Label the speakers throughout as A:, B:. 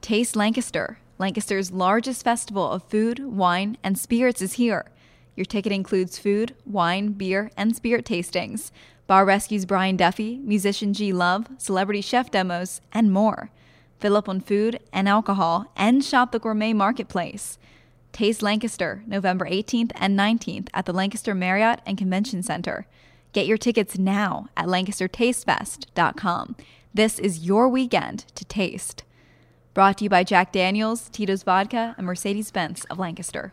A: Taste Lancaster. Lancaster's largest festival of food, wine, and spirits is here. Your ticket includes food, wine, beer, and spirit tastings. Bar Rescue's Brian Duffy, musician G Love, celebrity chef demos, and more. Fill up on food and alcohol and shop the gourmet marketplace. Taste Lancaster, November 18th and 19th at the Lancaster Marriott and Convention Center. Get your tickets now at lancastertastefest.com. This is your weekend to taste. Brought to you by Jack Daniels, Tito's Vodka, and Mercedes Benz of Lancaster.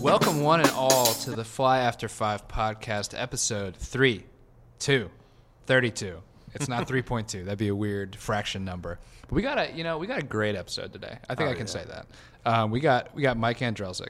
B: Welcome, one and all, to the Fly After Five podcast, episode 3, 2, 32. It's not 3.2. That'd be a weird fraction number. But we got a, you know, we got a great episode today. I
C: Oh,
B: think I can say that. Um, we got we got Mike Andrelzik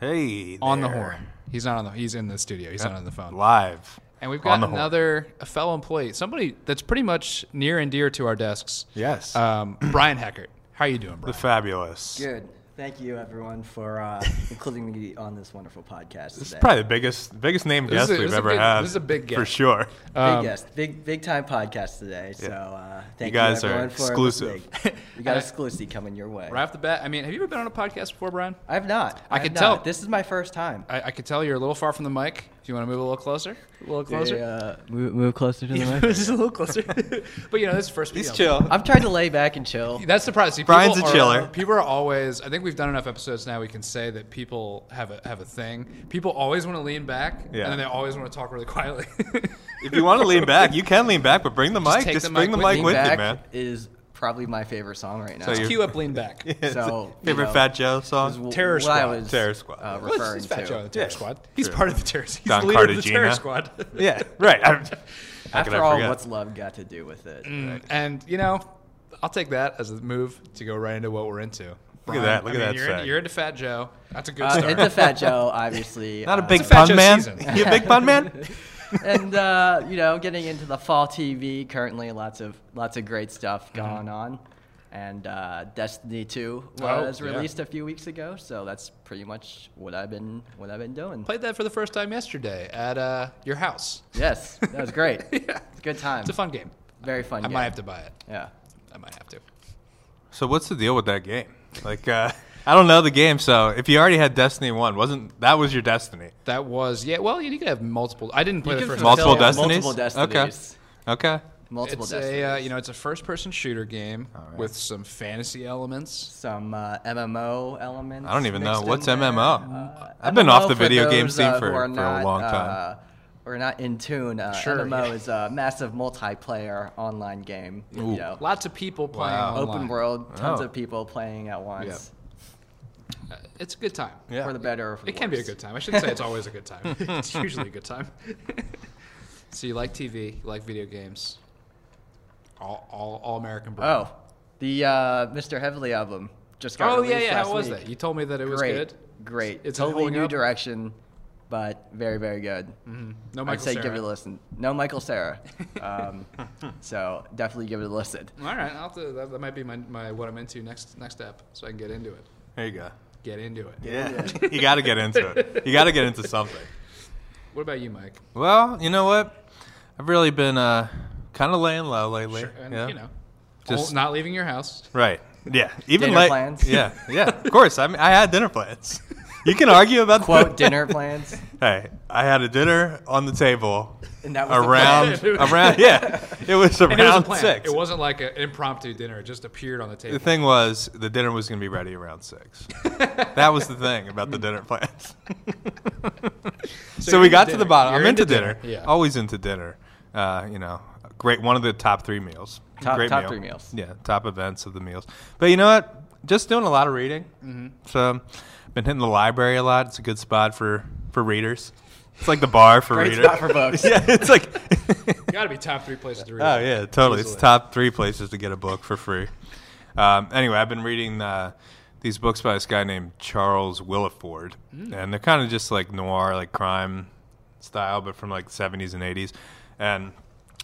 C: Hey,
B: on the
C: there.
B: horn. He's not on the. He's in the studio. He's not on the phone.
C: live,
B: And we've got
C: on the horn.
B: another a fellow employee, somebody that's pretty much near and dear to our desks.
C: Yes.
B: Um, Brian Hackert. How you doing, Brian?
C: fabulous.
D: Good. Thank you, everyone, for uh, including me on this wonderful podcast
C: This is
D: today.
C: probably the biggest biggest name
B: This is
C: guest
B: a- this
C: we've
B: is a
C: ever
B: big-
C: had.
B: this is a big
C: for
B: guest.
C: sure.
D: big guest, big big time podcast today. So uh, thank you,
C: guys are
D: everyone, for
C: exclusive.
D: listening. You got exclusive coming your way.
B: Right off the bat, I mean, have you ever been on a podcast before, Brian?
D: I've not.
B: I
D: I've
B: can
D: not.
B: tell.
D: This is my first time.
B: I, I could tell you're a little far from the mic. If you want to move a little closer, a little closer.
D: Yeah, move, move closer to the mic.
B: just a little closer. but you know, this is first video.
D: I'm trying to lay back and chill.
B: That's the problem. See,
C: Brian's
B: people
C: a
B: are-
C: chiller.
B: People are always. I think we've done enough episodes now. We can say that people have a have a thing. People always want to lean back,
C: Yeah.
B: and then they always want to talk really quietly.
C: If you want to lean back, you can lean back, but bring the
B: Just
C: mic.
B: take
C: Just
B: the
C: bring
B: mic
C: the
B: with
C: mic
D: Lean
C: with you,
D: back
C: man.
D: is probably my favorite song right now.
C: So you-
B: cue up, lean back.
C: It's
D: So, you
C: favorite
D: know,
C: Fat Joe
D: This is
C: song.
D: wh-
B: Terror
D: what
B: Squad.
D: I was
C: Terror Squad.
D: Uh,
B: Well, it's-
D: referring
B: it's Fat Joe, the
D: to.
B: Terror
C: Yeah,
B: Squad. He's
C: true.
B: part of the Terror. He's
C: Don
B: the leader of the Terror
C: Cartagena.
B: Squad.
C: yeah, right. I'm, how could
D: After
C: I
D: all,
C: forget?
D: what's love got to do with it?
B: Mm, and you know, I'll take that as a move to go right into what we're into.
C: Look at that, look
B: I
C: at
B: mean,
C: that
B: You're, into,
C: sag.
B: you're into Fat Joe. That's a good
D: Uh,
B: start.
D: it's a Fat Joe, obviously.
C: not a
D: uh,
C: big
B: Fat Joe
C: pun man.
B: season.
C: you a big pun man?
D: and uh, you know, getting into the fall TV currently, lots of lots of great stuff
C: Mm-hmm.
D: going on, and uh, Destiny Two
B: Oh,
D: was
B: yeah.
D: released a few weeks ago, so that's pretty much what I've been what I've been doing.
B: Played that for the first time yesterday at uh, your house.
D: Yes, that was great.
B: Yeah.
D: It's a good time.
B: It's a fun game.
D: very fun.
B: I
D: game.
B: might have to buy it.
D: Yeah.
B: I might have to.
C: So what's the deal with that game? Like, uh, I don't know the game. So if you already had Destiny One, wasn't that was your Destiny?
B: That was yeah. Well, you could have multiple. I didn't play
D: You
B: the
D: can
B: first.
D: fulfill
C: Multiple
B: one.
D: Yeah,
C: Destinies.
D: multiple Destinies.
C: Okay. Okay.
D: Multiple
B: It's
D: Destinies.
B: a uh, you know it's a first-person shooter game with some fantasy elements.
D: some uh, MMO elements.
C: I don't even know
D: mixed
C: what's
D: in there.
C: MMO?
D: Uh,
C: I've been off the
D: for
C: video game
D: those,
C: scene
D: uh,
C: for-
D: who are
C: for a long time.
D: Uh, we're not in tune. Uh,
B: Sure,
D: MMO
B: yeah.
D: is a massive multiplayer online game.
C: Ooh.
D: You know,
B: Lots of people playing
C: Wow.
B: online.
D: open world, tons
C: Oh.
D: of people playing at once.
B: Uh, It's a good time.
C: Yeah.
D: For the better or for the
B: It can be a
D: worse.
B: good time. I shouldn't say it's always a good time. it's usually a good time. so you like TV, you like video games. All, all, all American. Brand.
D: Oh, the uh, Mr. Heavily album just got
B: oh yeah,
D: released
B: yeah.
D: last
B: How was
D: week.
B: that? You told me that it was
D: great,
B: good.
D: great.
B: It's
D: totally
B: holding
D: new
B: up? Mm-hmm.
D: direction, but very, very good.
B: No,
D: I'd
B: Michael
D: say give
B: Cera.
D: it a listen. No Michael Sarah. Um, so definitely give it a listen.
B: All right, I'll have to, that, that might be my, my what I'm into next next step, so I can get into it.
C: There you go.
B: Get into it.
C: Yeah. you got to get into it. You got to get into something.
B: What about you, Mike?
C: Well, you know what? I've really been uh, kind of laying low lately.
B: And
C: yeah.
B: you know,
C: Just-
B: all- not leaving your house.
C: Right. Yeah. Even
D: Dinner
C: like
D: plans?
C: Yeah. Yeah. Of course. I mean, I had dinner plans. You can argue about
D: Quote dinner plans.
C: Hey, I had a dinner on the table
D: And that was the
C: around
B: plan.
C: around. Yeah. It was around
B: And it was a plan.
C: six.
B: It wasn't like an impromptu dinner; it just appeared on the table.
C: the thing was, the dinner was going to be ready around six. that was the thing about the dinner plans. so,
B: you're
C: we
B: into
C: got to
B: dinner.
C: the bottom.
B: You're
C: I'm into,
B: into
C: dinner.
B: dinner, yeah.
C: Always into dinner. Uh, you know, great. One of the top three meals.
D: Top-
C: great
D: top three meals.
C: Yeah, top events of the meals. But you know what? Just doing a lot of reading. So been hitting the library a lot. It's a good spot for for readers. It's like the bar for
D: Great
C: readers.
D: spot for books.
C: yeah, it's like.
B: Got to be top three places to read.
C: Oh yeah, totally. It's
B: Easily.
C: top three places to get a book for free. Um, anyway, I've been reading uh, these books by this guy named Charles Williford,
D: Mm.
C: and they're kind of just like noir, like crime style, but from like 70s and 80s. And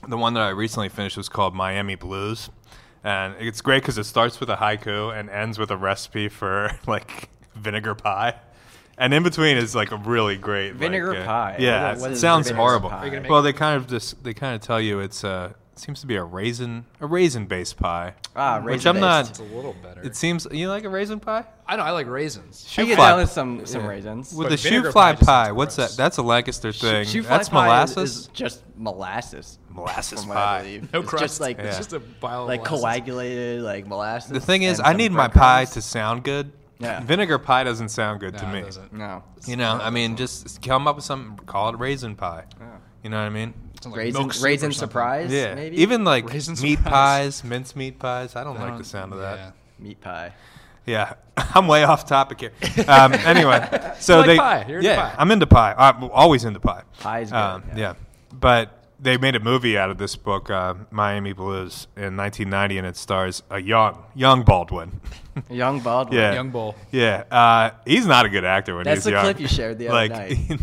C: the one that I recently finished was called Miami Blues, and it's great because it starts with a haiku and ends with a recipe for like vinegar pie. And in between is like a really great like,
D: Vinegar
C: uh,
D: pie. What
C: Yeah,
D: is- what
C: it
D: is
C: sounds
D: vinegar
C: horrible.
D: pie? Are you
B: gonna make
C: Well, they kind of just they kind of tell you it's uh, it seems to be a raisin a raisin based pie.
D: Ah,
C: which I'm
D: raisin-based.
B: It's
C: not.
B: a little better.
C: It seems you like a raisin pie.
B: I know I like raisins.
D: I
C: Shoe
D: get
C: fly-
D: down with some some raisins.
C: With
B: But
C: the shoe
B: vinegar
C: fly
B: pie just
C: pie,
B: sounds
C: what's
B: gross.
C: that? That's a Lancaster thing.
D: Shoe fly
C: That's
D: pie is-
C: molasses.
D: Is just molasses.
C: Molasses
D: from what I
C: pie.
D: believe.
B: No
D: it's
B: crust.
D: Just like
B: it's
C: Yeah.
B: just a bile
D: like
B: molasses.
D: coagulated like molasses.
C: the thing is,
D: and
C: I
D: some
C: need my pie
D: breadcrumbs.
C: to sound good.
D: Yeah.
C: Vinegar pie doesn't sound good to
B: No, it
C: me.
B: doesn't.
D: No.
C: You know, I mean, just come up with something. Call it raisin pie. You know what I mean?
B: It's like
D: Raisin,
B: milk soup or
D: raisin
B: something.
D: surprise.
C: Yeah.
D: Maybe
C: Even like
B: Raisin
C: meat
B: surprise.
C: pies, mince meat pies. I don't like the sound of that.
D: meat pie.
C: Yeah. I'm way off topic here. Um, anyway, so
B: like
C: they
B: pie. You're into
C: yeah,
B: pie.
C: I'm into pie. I'm always into pie. Um,
D: Pie is good,
C: yeah.
D: yeah.
C: but they made a movie out of this book, uh, Miami Blues, in 1990, and it stars a young young Baldwin.
D: Young Baldwin.
C: yeah,
B: Young Bull.
C: Yeah, uh, he's not a good actor when
D: That's
C: he's
D: the
C: young.
D: clip you shared the other
C: like,
D: night,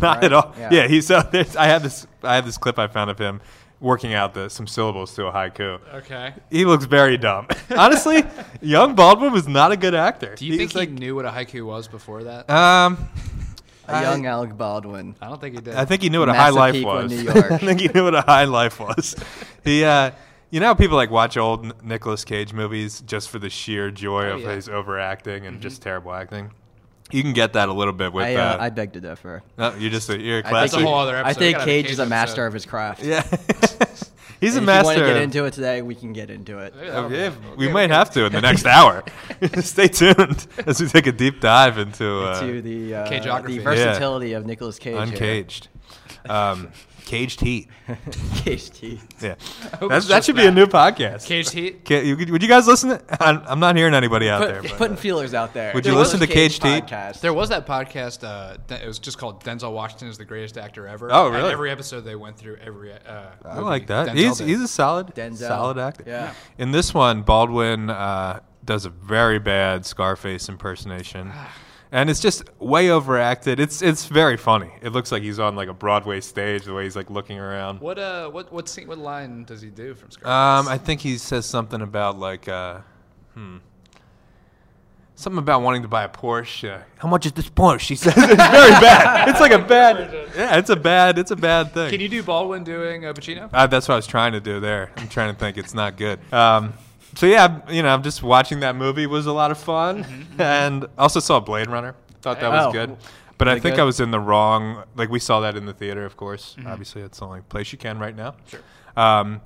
C: not
D: right?
C: at all. Yeah,
D: Yeah.
C: he's so. There's, I have this. I have this clip I found of him working out the some syllables to a haiku.
B: Okay.
C: He looks very dumb. Honestly, young Baldwin was not a good actor.
B: Do you
C: He's
B: think
C: like,
B: he knew what a haiku was before that?
C: Um,
D: A young Alec Baldwin.
B: I don't think he did.
C: I think he knew what a high life
D: Massapequa,
C: was.
D: New York.
C: I think he knew what a high life was. He, uh, you know, how people like watch old N- Nicolas Cage movies just for the sheer joy
B: Oh,
C: of
B: yeah.
C: his overacting and just terrible acting. You can get that a little bit with.
D: Mm-hmm. I,
C: uh,
D: uh, I beg to differ.
C: no, you're just a, you're a
D: I
C: classic.
B: That's a
D: think,
B: whole other
D: I
B: episode. We
D: think
B: gotta have a
D: Cage
B: Cage
D: is a master
B: episode.
D: of his craft.
C: Yeah, he's a
D: if
C: master.
D: If you want to
C: of-
D: get into it today, we can get into it.
B: Maybe that'll
C: of-
B: be-
C: Oh, yeah, we
B: okay,
C: might
B: okay.
C: have to in the next hour. Stay tuned as we take a deep dive into, uh,
D: to the uh,
B: Cageography.
D: the
B: Yeah.
D: versatility of Nicolas Cage. here.
C: uncaged, um, caged heat.
D: Cage teeth.
C: Yeah,
B: hope
C: That's,
B: it's
C: that
B: just
C: should be a
B: that.
C: new podcast.
B: Caged Heat.
C: Ca- you- would you guys listen? To, I'm, I'm not hearing anybody out there.
D: Put,
C: But. uh,
D: putting feelers out there.
C: Would
B: you
D: Nicolas
B: listen
C: to Cage Teeth?
D: podcast.
B: There was that podcast. Uh, that it was just called Denzel Washington is the greatest actor ever.
C: Oh,
B: And
C: really?
B: every episode they went through every. Uh,
C: I
B: movie
C: like that.
B: Denzel
C: he's
B: did.
C: he's a solid
D: Denzel.
C: solid actor.
D: Yeah.
C: In this one, Baldwin uh, does a very bad Scarface impersonation.
D: Ah.
C: And it's just way overacted. It's it's very funny. It looks like he's on like a Broadway stage the way he's like looking around.
B: What uh what what scene, what line does he do from Scarface?
C: Um, I think he says something about like uh, hmm, something about wanting to buy a Porsche. How much is this Porsche? He says it's very bad. It's like a bad. Yeah, it's a bad. It's a bad thing.
B: Can you do Baldwin doing uh, Pacino?
C: Uh, that's what I was trying to do there. I'm trying to think. It's not good. Um, so yeah, I'm- you know, I'm just watching that movie was a lot of fun, and also saw Blade Runner. Thought that was
D: Mm-hmm, Oh.
C: good, but I
D: That
C: think
D: good? Mm-hmm.
C: I was in the wrong. Like we saw that in the theater, of course. Obviously, it's the only place you can right now. Sure. Um,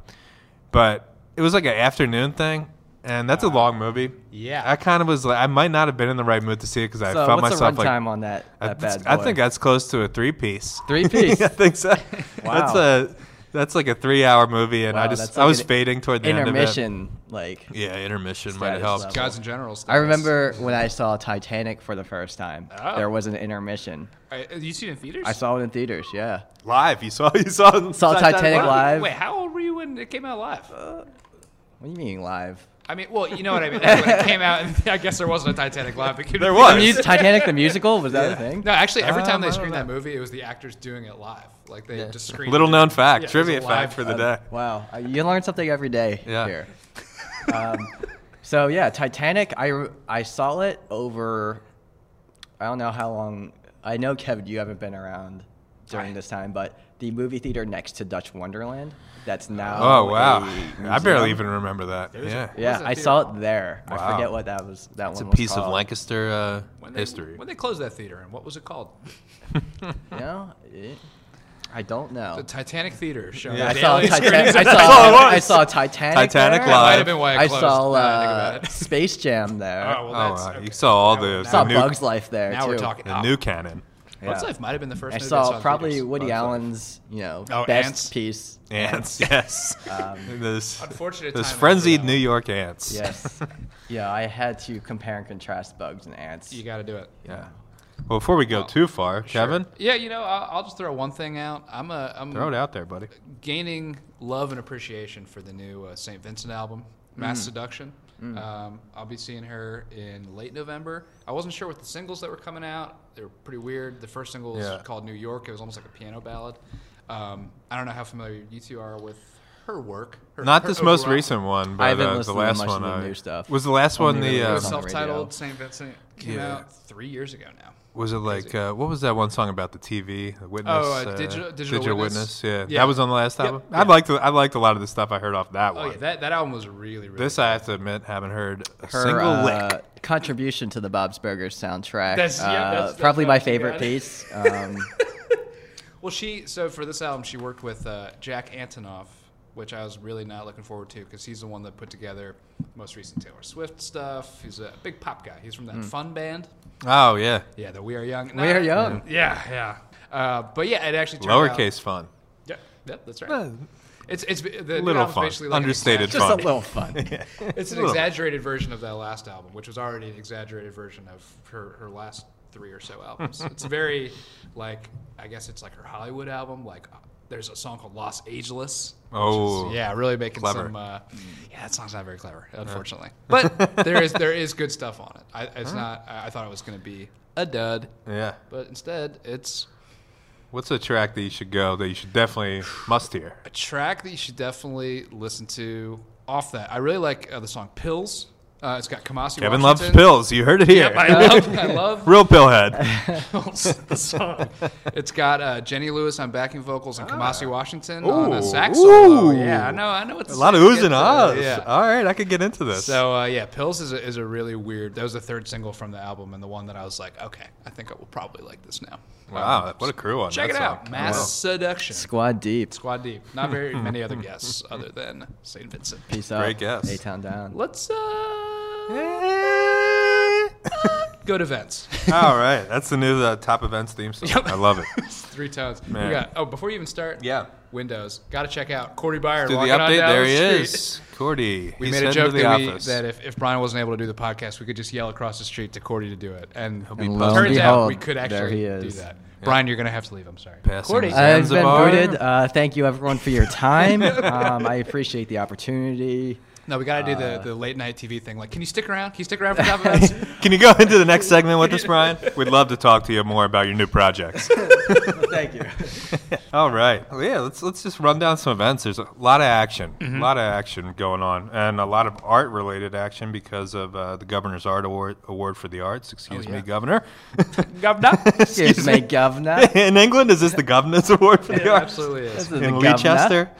C: but it was like an afternoon thing, and that's a long movie.
B: yeah.
C: I kind of was like, I might not have been in the right mood to see it because I
D: So
C: found
D: what's the
C: myself like.
D: runtime on that,
C: I-
D: that bad boy?
C: I think that's close to a three piece.
D: Three-piece?
C: I think so.
D: Wow.
C: That's a that's like a three hour movie, and I
D: Wow,
C: just
D: that's
C: I
D: like
C: was
D: an
C: fading toward the End
D: intermission. Like
C: of it. Yeah, intermission might have
D: Status
C: helped.
D: level.
B: Guys in general.
D: I remember when I saw Titanic for the first time.
B: Oh.
D: There was an intermission.
B: I, you seen it in theaters?
D: I saw it in theaters. Yeah,
C: Live, you saw you saw
D: saw Titanic
B: Why-
D: live.
B: Wait, how old were you when it came out live?
D: What do you mean live?
B: I mean, well, you know what I mean. Like, when it came out, and I guess there wasn't a Titanic live. It could
C: There
B: be-
C: was.
D: The mu- Titanic the musical was that a thing?
B: No, actually, every time
C: Um, I
B: they
C: don't
B: screened that movie, it was the actors doing it live. Like they just screened.
C: Little
B: it.
C: known fact,
B: Yeah, it was
C: trivia
B: a
C: fact
B: live-
C: for the
B: uh,
C: day.
D: Wow, uh, you learn something every day
C: Yeah.
D: here. Um, so yeah, Titanic. I re- I saw it over. I don't know how long. I know Kevin, you haven't been around during this time, but the movie theater next to Dutch Wonderland. That's now.
C: Oh wow,
D: a
C: I barely
D: museum.
C: even remember that. Yeah,
D: Yeah,
B: Wasn't
D: I
B: it
D: saw it there.
C: Wow.
D: I forget what that was. That
C: it's a
D: one
C: piece
D: was
C: of
D: called.
C: Lancaster uh,
B: When they,
C: history.
B: When they closed that theater, and what was it called?
D: No, it- I don't know.
B: The Titanic Theater show.
C: Yeah.
D: Um, I
B: Daily
D: saw, Titanic,
B: screenings
D: I,
B: of-
D: saw,
C: all it was.
D: I saw Titanic.
C: Titanic
D: there.
B: That might
C: Live.
B: have been why it
D: I
B: closed.
D: saw
B: now that I think
D: uh,
B: about it.
D: Space Jam there.
B: Oh, well,
C: oh,
B: that's,
C: wow. you
B: okay.
C: saw all
B: Now
C: the,
B: we're-
C: the
D: I saw
C: new,
D: Bugs Life there
B: Now
D: too.
B: we're talking.
C: the
B: Oh,
C: new canon.
B: Bugs
D: Yeah.
B: Life might have been the first.
D: I
B: movie
D: saw
B: in
D: probably
B: theaters.
D: Woody
C: Bugs Life.
D: Allen's, you know,
B: Oh,
D: best
B: Ants?
D: piece.
C: Ants, yes.
D: Um,
C: this
B: Unfortunate
C: this
B: timing for
C: frenzied
B: that
C: New
B: one.
C: York ants.
D: Yes. yeah, I had to compare and contrast bugs and ants.
B: You got to do it.
C: Yeah. Well, before we go too far, Kevin,
B: Yeah, you know, I'll, I'll just throw one thing out. I'm a I'm
C: throw it out there, buddy. Mm.
B: gaining love and appreciation for the new uh, Saint Vincent album, Mass Seduction. Um, I'll be seeing her in late November. I wasn't sure with the singles that were coming out. They were pretty weird. The first single was
C: Yeah.
B: called New York. It was almost like a piano ballad. Um, I don't know how familiar you two are with her work. Her-
C: Not
B: her
C: this most
B: overall-
C: recent one, but
D: I haven't
C: uh, the
D: listened to
C: last
D: much
C: one.
D: of the
C: I-
D: new stuff.
C: Was the last one
D: Only
C: the
D: really
B: It
C: uh,
B: was
D: on the radio.
B: self-titled St. Vincent. Came
C: Yeah.
B: out three years ago now.
C: Was it like uh, what was that one song about the TV? The witness.
B: Oh, uh, Digital- Digital Witness.
C: Yeah.
B: Yeah.
C: that was on the last
B: Yep.
C: album.
B: Yeah.
C: I liked the, I liked a lot of the stuff I heard off that one.
B: Oh yeah, that, that album was really really.
C: this I have to admit, haven't heard a
D: Her
C: single
D: uh,
C: lick.
D: contribution to the Bob's Burgers soundtrack.
B: That's- yeah,
D: uh,
B: that's- that's
D: probably my
B: actually
D: favorite
B: bad.
D: piece. Um,
B: Well, she so for this album she worked with uh, Jack Antonoff, which I was really not looking forward to because he's the one that put together most recent Taylor Swift stuff. He's a big pop guy. He's from that fun band.
C: Oh yeah,
B: Yeah, the We Are Young.
D: Hmm. we are young.
B: Yeah, yeah. Uh, but yeah, it actually turned out-
C: lowercase fun.
B: Yeah, yeah, that's right.
C: Uh,
B: It's it's the new
C: Little
B: album's
C: fun.
B: basically like an
C: Understated
B: exagger-
D: Just a
C: Fun.
D: little fun.
B: It's an
C: Little.
B: exaggerated version of that last album, which was already an exaggerated version of her, her last three or so albums. it's very, like, I guess it's like her Hollywood album. Like, uh, there's a song called Los Ageless. which
C: Oh.
B: is- yeah, really making
C: Clever.
B: some. Uh, yeah, that song's not very clever, unfortunately. But there is there is good stuff on it. I, it's not. I, I thought it was going to be a dud,
C: Yeah.
B: but instead, it's
C: What's a track that you should go that you should definitely must hear?
B: a track that you should definitely listen to off that. I really like uh, the song Pills. Uh, it's got Kamasi.
C: Kevin loves
B: Washington.
C: pills. You heard it here.
B: Yep, I love, I love
C: Real pillhead.
B: Pills, the song. It's got uh, Jenny Lewis on backing vocals and Kamasi Washington on a
C: Ooh.
B: sax solo.
C: Ooh.
B: Yeah, I know, I know. It's
C: a lot of oohs and ahs.
B: Yeah.
C: All right, I could get into this.
B: So uh, yeah, Pills is a, is a really weird. That was the third single from the album, and the one that I was like, okay, I think I will probably like this now. Um,
C: wow, what a crew on
B: Check
C: that
B: it out,
C: song.
B: Mass Seduction,
D: Squad deep.
B: Squad Deep. Not very many other guests other than Saint Vincent.
D: Peace out.
C: Great guess.
D: A town down.
B: Let's uh,
C: Wow.
B: go to Vents.
C: All right, that's the new uh, top events theme song.
B: Yep.
C: I love it.
B: Three tones.
C: Man.
B: We got. Oh, before you even start.
C: Yeah.
B: Windows. Got to check out Corey Byer.
C: Do the
B: walking on
C: update.
B: down
C: There
B: the
C: he
B: street.
C: is, Cordy.
B: We
C: He's
B: made a
C: heading
B: joke
C: to the
B: that, we,
C: office.
B: that if, if Brian wasn't able to do the podcast, we could just yell across the street to Cordy to do it. And,
C: be
D: And lo
C: posted.
D: and
B: turns out we
D: behold,
B: could
D: there
B: actually
D: he
B: do
D: is.
B: that. Brian, you're going to have to leave. I'm sorry.
C: Passing
B: Cordy.
C: his-
D: I've been
C: Zanzibar.
D: booted. Uh, thank you, everyone, for your time. um, I appreciate the opportunity.
B: No, we got to do the,
C: Uh.
B: the late night TV thing. Like, can you stick around? Can you stick around for top events?
C: Can you go into the next segment with us, Brian? We'd love to talk to you more about your new projects.
D: Thank you.
C: All right. Well, yeah, let's let's just run down some events. There's a lot of action, a lot of action going on, and a lot of art related action because of uh, the governor's art award award for the arts. Excuse
B: yeah.
C: me, governor.
B: Governor?
D: Excuse me, governor.
C: In England, is this the governor's award for the
B: It
C: arts?
B: absolutely
D: This
B: is.
D: is the
C: in
D: governor.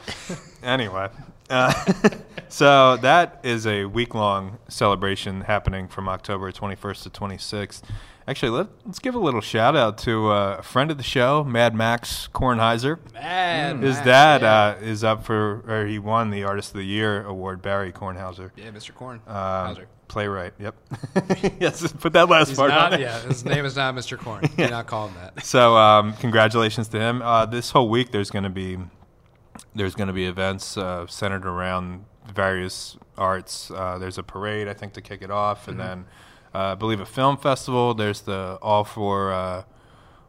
C: Leicester. anyway, uh, so that is a week long celebration happening from October 21st to 26th. Actually, let, let's give a little shout out to uh, a friend of the show, Mad Max Kornheiser.
B: Mad
C: His
B: Max,
C: dad
B: Yeah,
C: uh, is up for, or he won the Artist of the Year award, Barry Kornheiser.
B: yeah Mr. Corn.
C: Uh,
B: Hauser.
C: playwright, yep. yes, put that last
B: He's
C: part on
B: not,
C: there.
B: yeah, his name is not Mr. Corn. Do not call him that.
C: So um, congratulations to him. Uh, this whole week there's going to be there's going to be events uh, centered around various arts. Uh, there's a parade I think to kick it off,
B: Mm-hmm.
C: and then uh, I believe a film festival. There's the All for uh,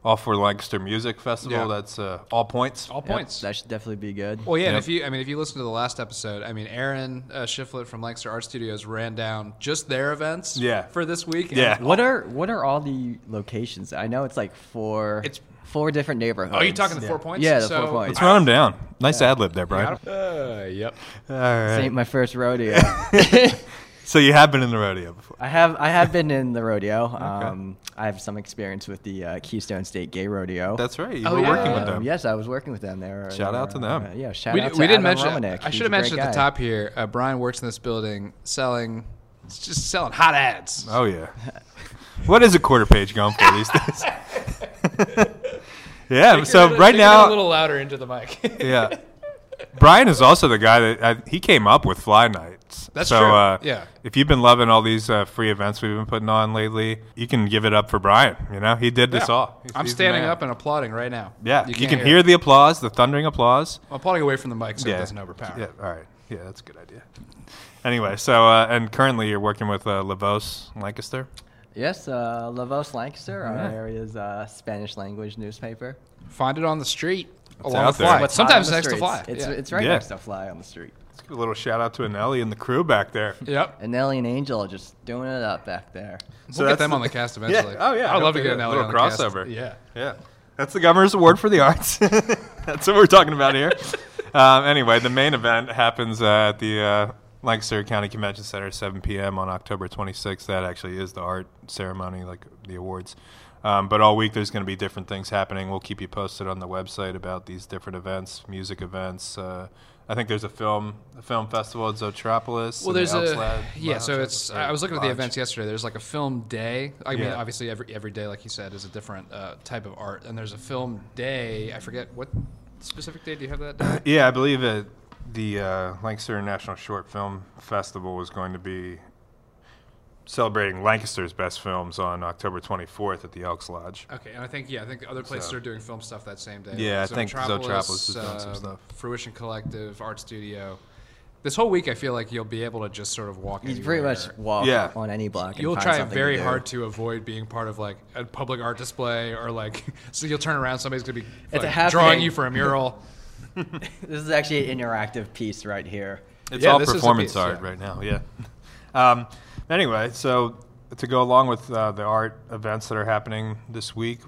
C: All for Lancaster Music Festival.
B: Yeah.
C: That's uh, all points.
B: All
D: Yep,
B: points.
D: that should definitely be good.
B: Well, yeah. And
C: Yep.
B: if you, I mean, if you listen to the last episode, I mean, Aaron uh, Shiflett from Lancaster Art Studios ran down just their events.
C: Yeah.
B: For this week. and
C: Yeah.
D: What are what are all the locations? I know it's like four.
B: It's-
D: four different neighborhoods.
B: Oh, you talking the four points?
D: Yeah, the
B: So-
D: four points.
C: Let's run them down. Nice ad lib there, Brian.
B: Uh, yep.
C: All right.
D: This ain't my first rodeo.
C: So you have been in the rodeo before.
D: I have I have been in the rodeo. Um, I have some experience with the uh, Keystone State Gay Rodeo.
C: That's right. You
B: Oh,
C: were
B: yeah.
C: working with
D: Um,
C: them.
D: yes, I was working with them. They were,
C: Shout
D: they
C: out to
D: were,
C: them.
D: uh, yeah, shout
B: We,
D: out
B: d-
D: to
B: we didn't
D: Adam
B: mention.
D: Romanek.
B: I
D: He's
B: should
D: a
B: have mentioned
D: great
B: at the
D: guy.
B: top here. Uh, Brian works in this building selling, it's just selling hot ads.
C: Oh yeah. what is a quarter page going for these days? yeah.
B: Take
C: so
B: it-
C: right
B: take it a
C: now,
B: little louder into the mic.
C: yeah. Brian is also the guy that uh, he came up with Fly Nights.
B: That's
C: so,
B: true.
C: Uh,
B: Yeah.
C: If you've been loving all these uh, free events we've been putting on lately, you can give it up for Brian. You know, he did this
B: Yeah.
C: all. He's-
B: I'm
C: he's the
B: standing
C: man.
B: up and applauding right now.
C: Yeah. You,
B: can't
C: can hear the applause, the thundering applause.
B: I'm applauding away from the mic so
C: yeah.
B: it doesn't overpower.
C: Yeah. All right. Yeah, that's a good idea. Anyway, so uh, and currently you're working with uh, Lavos Lancaster.
D: Yes, uh, Lavos Lancaster, our area's uh, Spanish language newspaper.
B: Find it on the street.
C: out
B: along the
C: there.
B: fly.
C: What's
D: Hot on
B: Sometimes
D: the
B: next to
D: streets.
B: fly.
D: It's,
B: Yeah.
D: it's right
C: Yeah.
D: next to fly on the street.
C: Let's give a little shout out to Anelli and the crew back there.
B: Yep.
D: And Nelly and Angel are just doing it up back there.
B: We'll
C: So
B: get
C: that's
B: them
C: the-
B: on the cast
C: Yeah.
B: eventually.
C: Oh, yeah.
B: I'd love to
C: Hopefully
B: get
C: a
B: an Ellie
C: little
B: on the cast.
C: crossover.
B: Yeah.
C: Yeah. That's the Governor's Award for the Arts. That's what we're talking about here. um, anyway, the main event happens uh, at the uh, Lancaster County Convention Center, 7 p.m. on October 26th. That actually is the art ceremony, like the awards. Um, but all week there's going to be different things happening. We'll keep you posted on the website about these different events, music events. Uh, I think there's a film, a film festival at Zotropolis.
B: Well,
C: and the
B: there's
C: Elks
B: a
C: Lab-
B: yeah.
C: Lounge,
B: So it's
C: or
B: I was looking at the
C: lodge.
B: events yesterday. There's like a film day. I mean,
C: Yeah.
B: obviously every every day, like you said, is a different uh, type of art. And there's a film day. I forget what specific day. Do you have that? Down?
C: Yeah, I believe that the uh, Lancaster National Short Film Festival was going to be celebrating Lancaster's best films on October 24th at the Elks Lodge.
B: Okay, and I think yeah, I think other places
C: So-
B: are doing film stuff that same day.
C: Yeah, I
B: Like
C: think Zotropolis has done some
B: um,
C: stuff.
B: Fruition Collective, Art Studio. This whole week, I feel like you'll be able to just sort of walk.
D: You pretty
B: anywhere.
D: much walk
C: Yeah.
D: on any block. And
B: You'll
D: find
B: try
D: something to
B: very
D: do.
B: hard to avoid being part of like a public art display or like. So you'll turn around, somebody's gonna be
D: It's
B: like,
D: a half
B: drawing
D: day.
B: you for a mural.
D: This is actually an interactive piece right here.
C: It's
B: Yeah,
C: all
B: this is a
C: performance
B: piece,
C: art
B: yeah.
C: right now. Yeah. Um, anyway, so to go along with uh, the art events that are happening this week,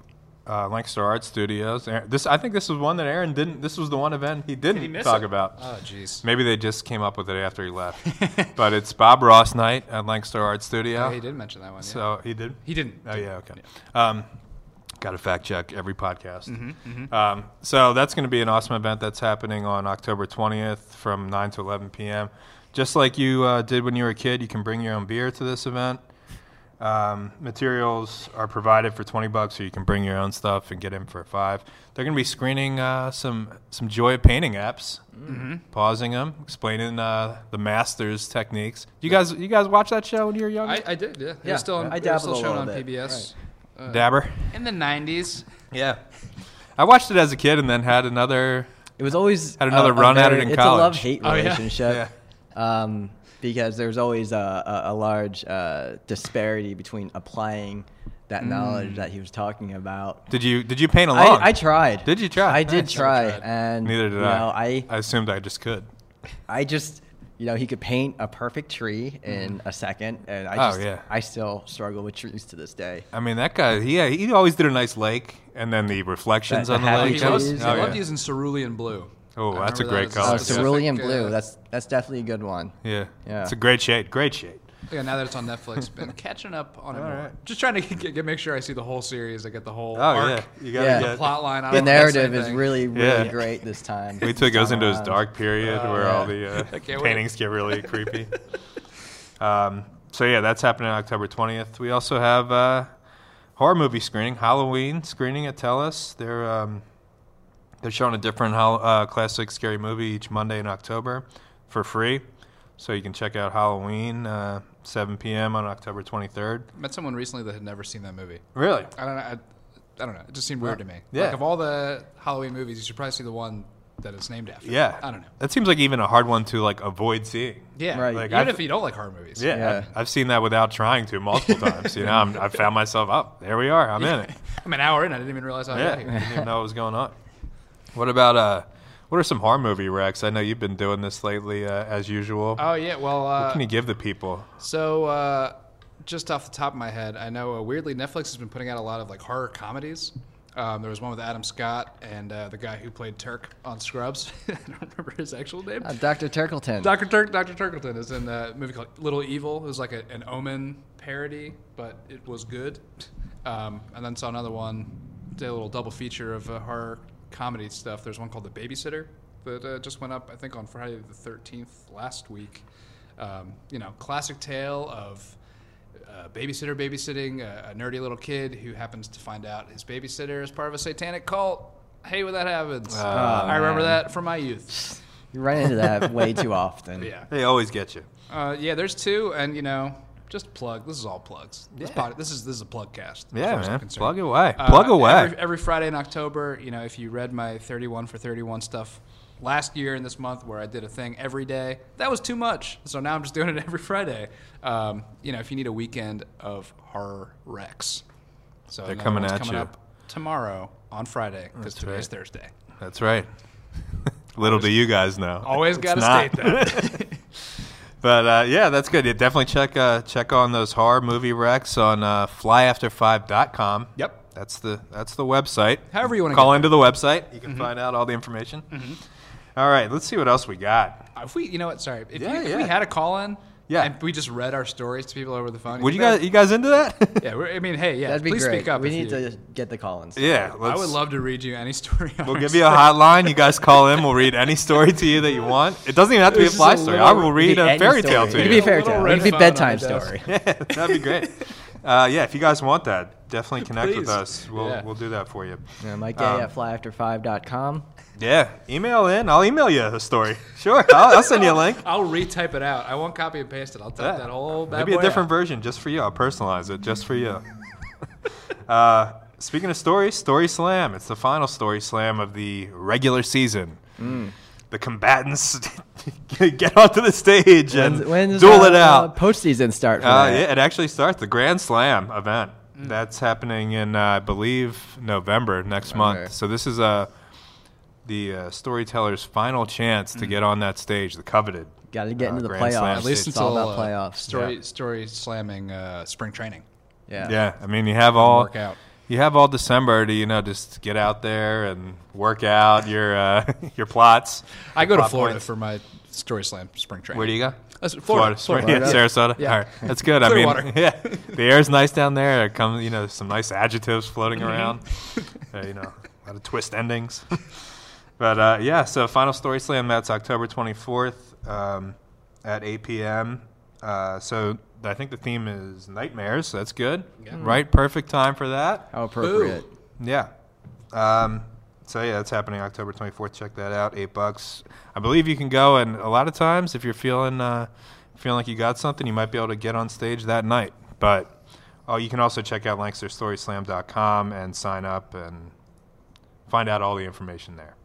C: uh, Lancaster Art Studios. Aaron- This I think this was one that Aaron didn't. This was the one event he didn't
B: miss
C: talk
B: it?
C: about.
B: Oh, jeez.
C: Maybe they just came up with it after he left. but it's Bob Ross night at Lancaster Art Studio.
B: Oh, he did mention that one. yeah.
C: So he did.
B: He didn't.
C: Oh yeah. Okay. Um, Got to fact check every podcast.
B: Mm-hmm,
C: Um, so that's going to be an awesome event that's happening on October 20th from 9 to 11 p.m. Just like you uh, did when you were a kid, you can bring your own beer to this event. Um, materials are provided for 20 bucks, or you can bring your own stuff and get in for five. They're going to be screening uh, some some Joy of Painting apps,
B: Mm-hmm.
C: pausing them, explaining uh, the masters techniques. You guys, you guys watch that show when you were younger?
B: I, I did. Yeah, it
D: Yeah,
B: was still on,
D: I
B: it was still
D: dabbled a
B: shown
D: little
B: on
D: bit.
B: PBS uh,
C: Dabber.
B: in the '90s.
C: Yeah. I watched it as a kid and then had another.
D: It was always
C: Had another
D: a- a
C: run at
D: very-
C: it in
D: it's
C: college.
D: a love hate
B: Oh, yeah.
D: relationship. Um, because there's always a, a, a large uh, disparity between applying that
C: Mm.
D: knowledge that he was talking about.
C: Did you did you paint along?
D: I, I tried.
C: Did you try?
D: I did
C: Nice.
D: try,
B: Never tried.
D: and
C: Neither did
D: you
C: I.
D: know, I
C: I assumed I just could.
D: I just, you know, he could paint a perfect tree in a second, and I
C: Mm. Oh,
D: just,
C: yeah.
D: I still struggle with trees to this day.
C: I mean, that guy. He he always did a nice lake, and then the reflections
D: The- the
C: on the
D: happy
B: He
C: lake.
D: trees.
B: loves-
D: Oh,
B: he
D: yeah.
B: loved using cerulean blue.
C: Oh,
B: I
C: that's a
B: remember
C: great
B: that was
C: color.
D: Oh,
B: a specific,
D: cerulean
B: uh,
D: blue. That's that's definitely a good one.
C: Yeah.
D: Yeah.
C: It's a great shade. Great shade.
B: Yeah, now that it's on Netflix, been catching up on it. more.
C: right.
B: Just trying to get, get- make sure I see the whole series. I get the whole
C: Oh
B: arc,
C: yeah. You gotta
D: Yeah.
B: the
C: get.
B: plot line. I
D: The
B: don't wanna miss
D: narrative is
B: anything.
D: really really
C: Yeah.
D: great this time.
C: Wait till it goes into his dark period where all the uh,
B: can't wait.
C: paintings get really creepy. Um, so yeah, that's happening October twentieth. We also have uh, horror movie screening, Halloween screening at Tellus. They're um, they're showing a different hol- uh, classic scary movie each Monday in October for free. So you can check out Halloween, uh, 7 p.m. on October 23rd.
B: Met someone recently that had never seen that movie.
C: Really?
B: I don't know. I, I don't know. It just seemed weird to me.
C: Yeah.
B: Like of all the Halloween movies, you should probably see the one that it's named after.
C: Yeah.
B: I don't know.
C: That seems like even a hard one to like avoid seeing.
B: Yeah. Right.
D: Right. Like,
B: Even
C: I've-
B: if you don't like horror movies.
C: Yeah,
D: Yeah.
C: I've, I've seen that without trying to multiple times. You know, I'm, I found myself up. there we are. I'm in it.
B: I'm an hour in. I didn't even realize I was
C: Yeah,
B: out here.
C: didn't even know what was going on. What about uh? What are some horror movie wrecks? I know you've been doing this lately, uh, as usual.
B: Oh yeah. Well, uh,
C: what can you give the people?
B: So, uh, just off the top of my head, I know uh, weirdly Netflix has been putting out a lot of like horror comedies. Um, there was one with Adam Scott and uh, the guy who played Turk on Scrubs. I don't remember his actual name.
D: Uh, Dr. Turkleton.
B: Dr. Turk, Dr. Turkleton is in a movie called Little Evil. It was like a, an Omen parody, but it was good. Um, and then saw another one, did a little double feature of uh, horror comedy stuff. There's one called The Babysitter that uh, just went up, I think, on Friday the 13th last week. Um, you know, classic tale of a babysitter babysitting a, a nerdy little kid who happens to find out his babysitter is part of a satanic cult. Hey, when that happens, I remember that from my youth.
D: You run into that way too often.
B: Yeah.
C: They always get you.
B: Uh, yeah, there's two, and you know, just plug. This is all plugs. This, pod, this is this is a plug cast. as
C: Yeah,
B: far as I'm
C: man.
B: concerned.
C: Plug away.
B: Uh,
C: Plug away.
B: Every, every Friday in October, you know, if you read my 31 for 31 stuff last year and this month, where I did a thing every day, that was too much. So now I'm just doing it every Friday. Um, you know, if you need a weekend of horror wrecks, so
C: They're
B: another
C: coming
B: one's
C: at
B: coming
C: you.
B: up tomorrow on Friday because
C: That's
B: today is
C: right.
B: Thursday.
C: That's right. Little do you guys know.
B: Always
C: It's
B: got to
C: not.
B: state that.
C: But uh, yeah, that's good. Yeah, definitely check uh, check on those horror movie wrecks on uh, flyafterfive.com.
B: Yep.
C: That's the that's the website.
B: However you wanna
C: call
B: get Mm-hmm.
C: into the website, you can find out all the information. All right, let's see what else we got.
B: if we, you know what? Sorry. If,
C: Yeah,
B: you, if
C: yeah.
B: we had a call in,
C: Yeah.
B: and we just read our stories to people over the phone.
C: Would you
B: think
C: guys you guys into that?
B: that- Yeah. We're, I mean, hey, yeah.
D: That'd be
B: please
D: great.
B: speak up.
D: we
B: if
D: need
B: you-
D: to get the Collins.
C: yeah,
B: I
C: let's-
B: would love to read you any story. on
C: We'll
B: our
C: give you a
B: story.
C: hotline. You guys call in. We'll read any story to you that you want. It doesn't even have to be a
B: It's just
C: fly
B: a
C: story.
B: little-
C: I will read a
D: Any
C: fairy
D: story.
C: tale
D: It
C: to
D: could be
C: you.
D: a fairy
B: Little
D: tale.
B: red
D: It could be
B: phone on the
D: bedtime
B: desk.
D: story.
C: Yeah, that'd be great. Uh, yeah, if you guys want that, definitely connect with
B: Please.
C: us. We'll
B: Yeah.
C: we'll do that for you.
D: Yeah, Mike
C: Um,
D: Gay at flyafter5.com.
C: Yeah, email in. I'll email you a story. Sure, I'll, I'll send you a link.
B: I'll retype it out. I won't copy and paste it. I'll type
C: Yeah.
B: that whole bad
C: Maybe a
B: boy
C: different
B: out.
C: version just for you. I'll personalize it just for you. uh, speaking of stories, Story Slam. It's the final Story Slam of the regular season.
D: Mm.
C: The combatants get onto the stage and
D: does
C: duel
D: uh,
C: it
D: Uh,
C: out.
D: postseason start for
C: Uh,
D: that?
C: yeah, it actually starts the Grand Slam event.
B: Mm.
C: That's happening in, uh, I believe, November next
D: Okay.
C: month. So this is uh, the uh, storyteller's final chance
B: Mm.
C: to get on that stage, the coveted.
D: Got to get
C: uh,
D: into the
C: Grand Slam
D: playoffs.
C: At
B: At least
D: it's
B: until
D: all about
B: uh,
D: playoffs.
B: Story
C: Yeah.
B: story slamming uh, spring training.
D: Yeah.
C: Yeah, I mean you have all
B: work out.
C: you have all December to you know just get out there and work out your uh, your plots.
B: I go to
C: plot
B: Florida
C: points.
B: for my story slam spring training.
C: Where do you go?
B: That's Florida.
C: Sorry,
B: Florida.
C: yeah, Sarasota.
B: Yeah.
C: All right. That's good. I mean,
B: Clearwater.
C: yeah, the air's nice down there. It comes, you know, some nice adjectives floating
B: Mm-hmm.
C: around. Uh, you know, a lot of twist endings. but uh, yeah, so Final Story Slam, that's October 24th um, at 8 p.m. Uh, so I think the theme is nightmares. So that's good. Right? Perfect time for that.
D: How appropriate.
B: Boo.
C: Yeah. Um, so yeah, that's happening October 24th. Check that out. Eight bucks. I believe you can go, and a lot of times, if you're feeling uh, feeling like you got something, you might be able to get on stage that night. But oh, you can also check out LancasterStorySlam.com and sign up and find out all the information there.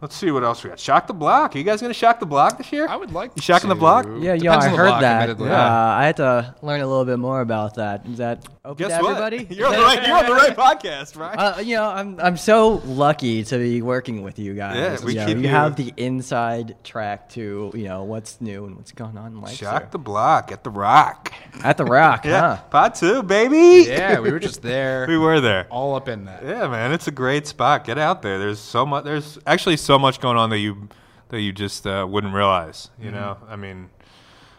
C: Let's see what else we got. Shock the block. Are you guys gonna shock the block this year?
B: I would like.
C: You shocking the
B: to-
C: block?
D: Yeah,
B: Depends
D: yeah, I
B: on the
D: heard
B: block,
D: that.
B: admittedly.
D: Uh, I had to learn a little bit more about that. Is that open
C: Guess
D: to
C: what?
D: everybody?
C: You're on the right. You're on the right podcast, right?
D: Uh, you know, I'm I'm so lucky to be working with you guys.
C: Yeah, we
D: you know,
C: keep
D: you
C: you-
D: have the inside track to you know what's new and what's going on. In life,
C: Shock
D: sir.
C: the block. At the rock.
D: at the Rock,
C: Yeah.
D: huh?
C: Part two, baby.
B: Yeah, we were just there.
C: we were there.
B: all up in that.
C: Yeah, man, it's a great spot. Get out there. There's so much. There's actually so much going on that you that you just uh, wouldn't realize. You
B: Mm-hmm.
C: know, I mean,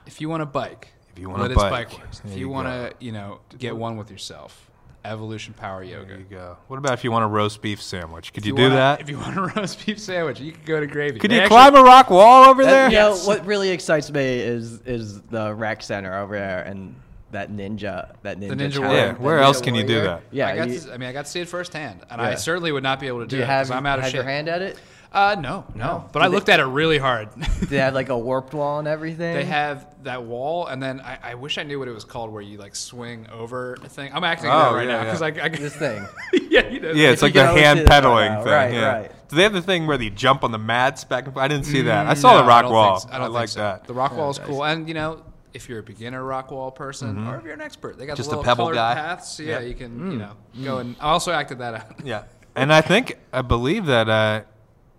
B: If you want to bike,
C: If you wanna
B: let
C: bike,
B: it's bike works. If
C: there
B: you
C: you
B: want to, you know, get one with yourself, evolution power yoga.
C: there you go. What about if you want a roast beef sandwich? Could you,
B: If
C: do
B: wanna-
C: that?
B: If you want a roast beef sandwich, you could go to gravy.
C: Could
B: They
C: you
B: actually-
C: climb a rock wall over there?
D: That, you know, what really excites me is is the rec center over there and that ninja, that ninja.
B: ninja
D: challenge.
C: Yeah.
B: warrior.
C: Where
B: Ninja
C: else can you do
B: warrior.
C: that?
D: Yeah,
B: I, got
D: you-
B: to, I mean, I got to see it firsthand, and I
D: Yeah.
B: certainly would not be able to do,
D: Do you
B: it
D: have,
B: 'cause I'm out of
D: have
B: shape.
D: your hand at it?
B: Uh, no, no.
D: No.
B: But
D: Do
B: I
D: they-
B: looked at it really hard.
D: Do they have like a warped wall and everything?
B: they have that wall, and then I, I wish I knew what it was called, where you like swing over a thing. I'm acting it
C: Oh,
B: out right
C: yeah,
B: now
C: yeah.
B: because I, I
D: this thing.
B: yeah, you know.
C: Yeah, it's
D: you
C: like the
D: can always
C: hand
D: do that.
C: pedaling
D: Right,
C: thing.
D: right,
C: yeah.
D: right.
C: Do they have the thing where you jump on the mats back and forth? I didn't see that. I
B: Mm,
C: saw
B: no,
C: the rock
B: don't
C: wall.
B: think so.
C: I,
B: don't
C: like
B: think so.
C: that.
B: The rock wall is cool, and you know, if you're a beginner rock wall person, or if you're an expert, they got
C: Mm-hmm. Just a
B: the little
C: pebble
B: colored
C: guy.
B: paths. Yeah,
C: Yeah.
B: you can
D: Mm.
B: you know go and I also acted that out.
C: Yeah. And I think I believe that uh,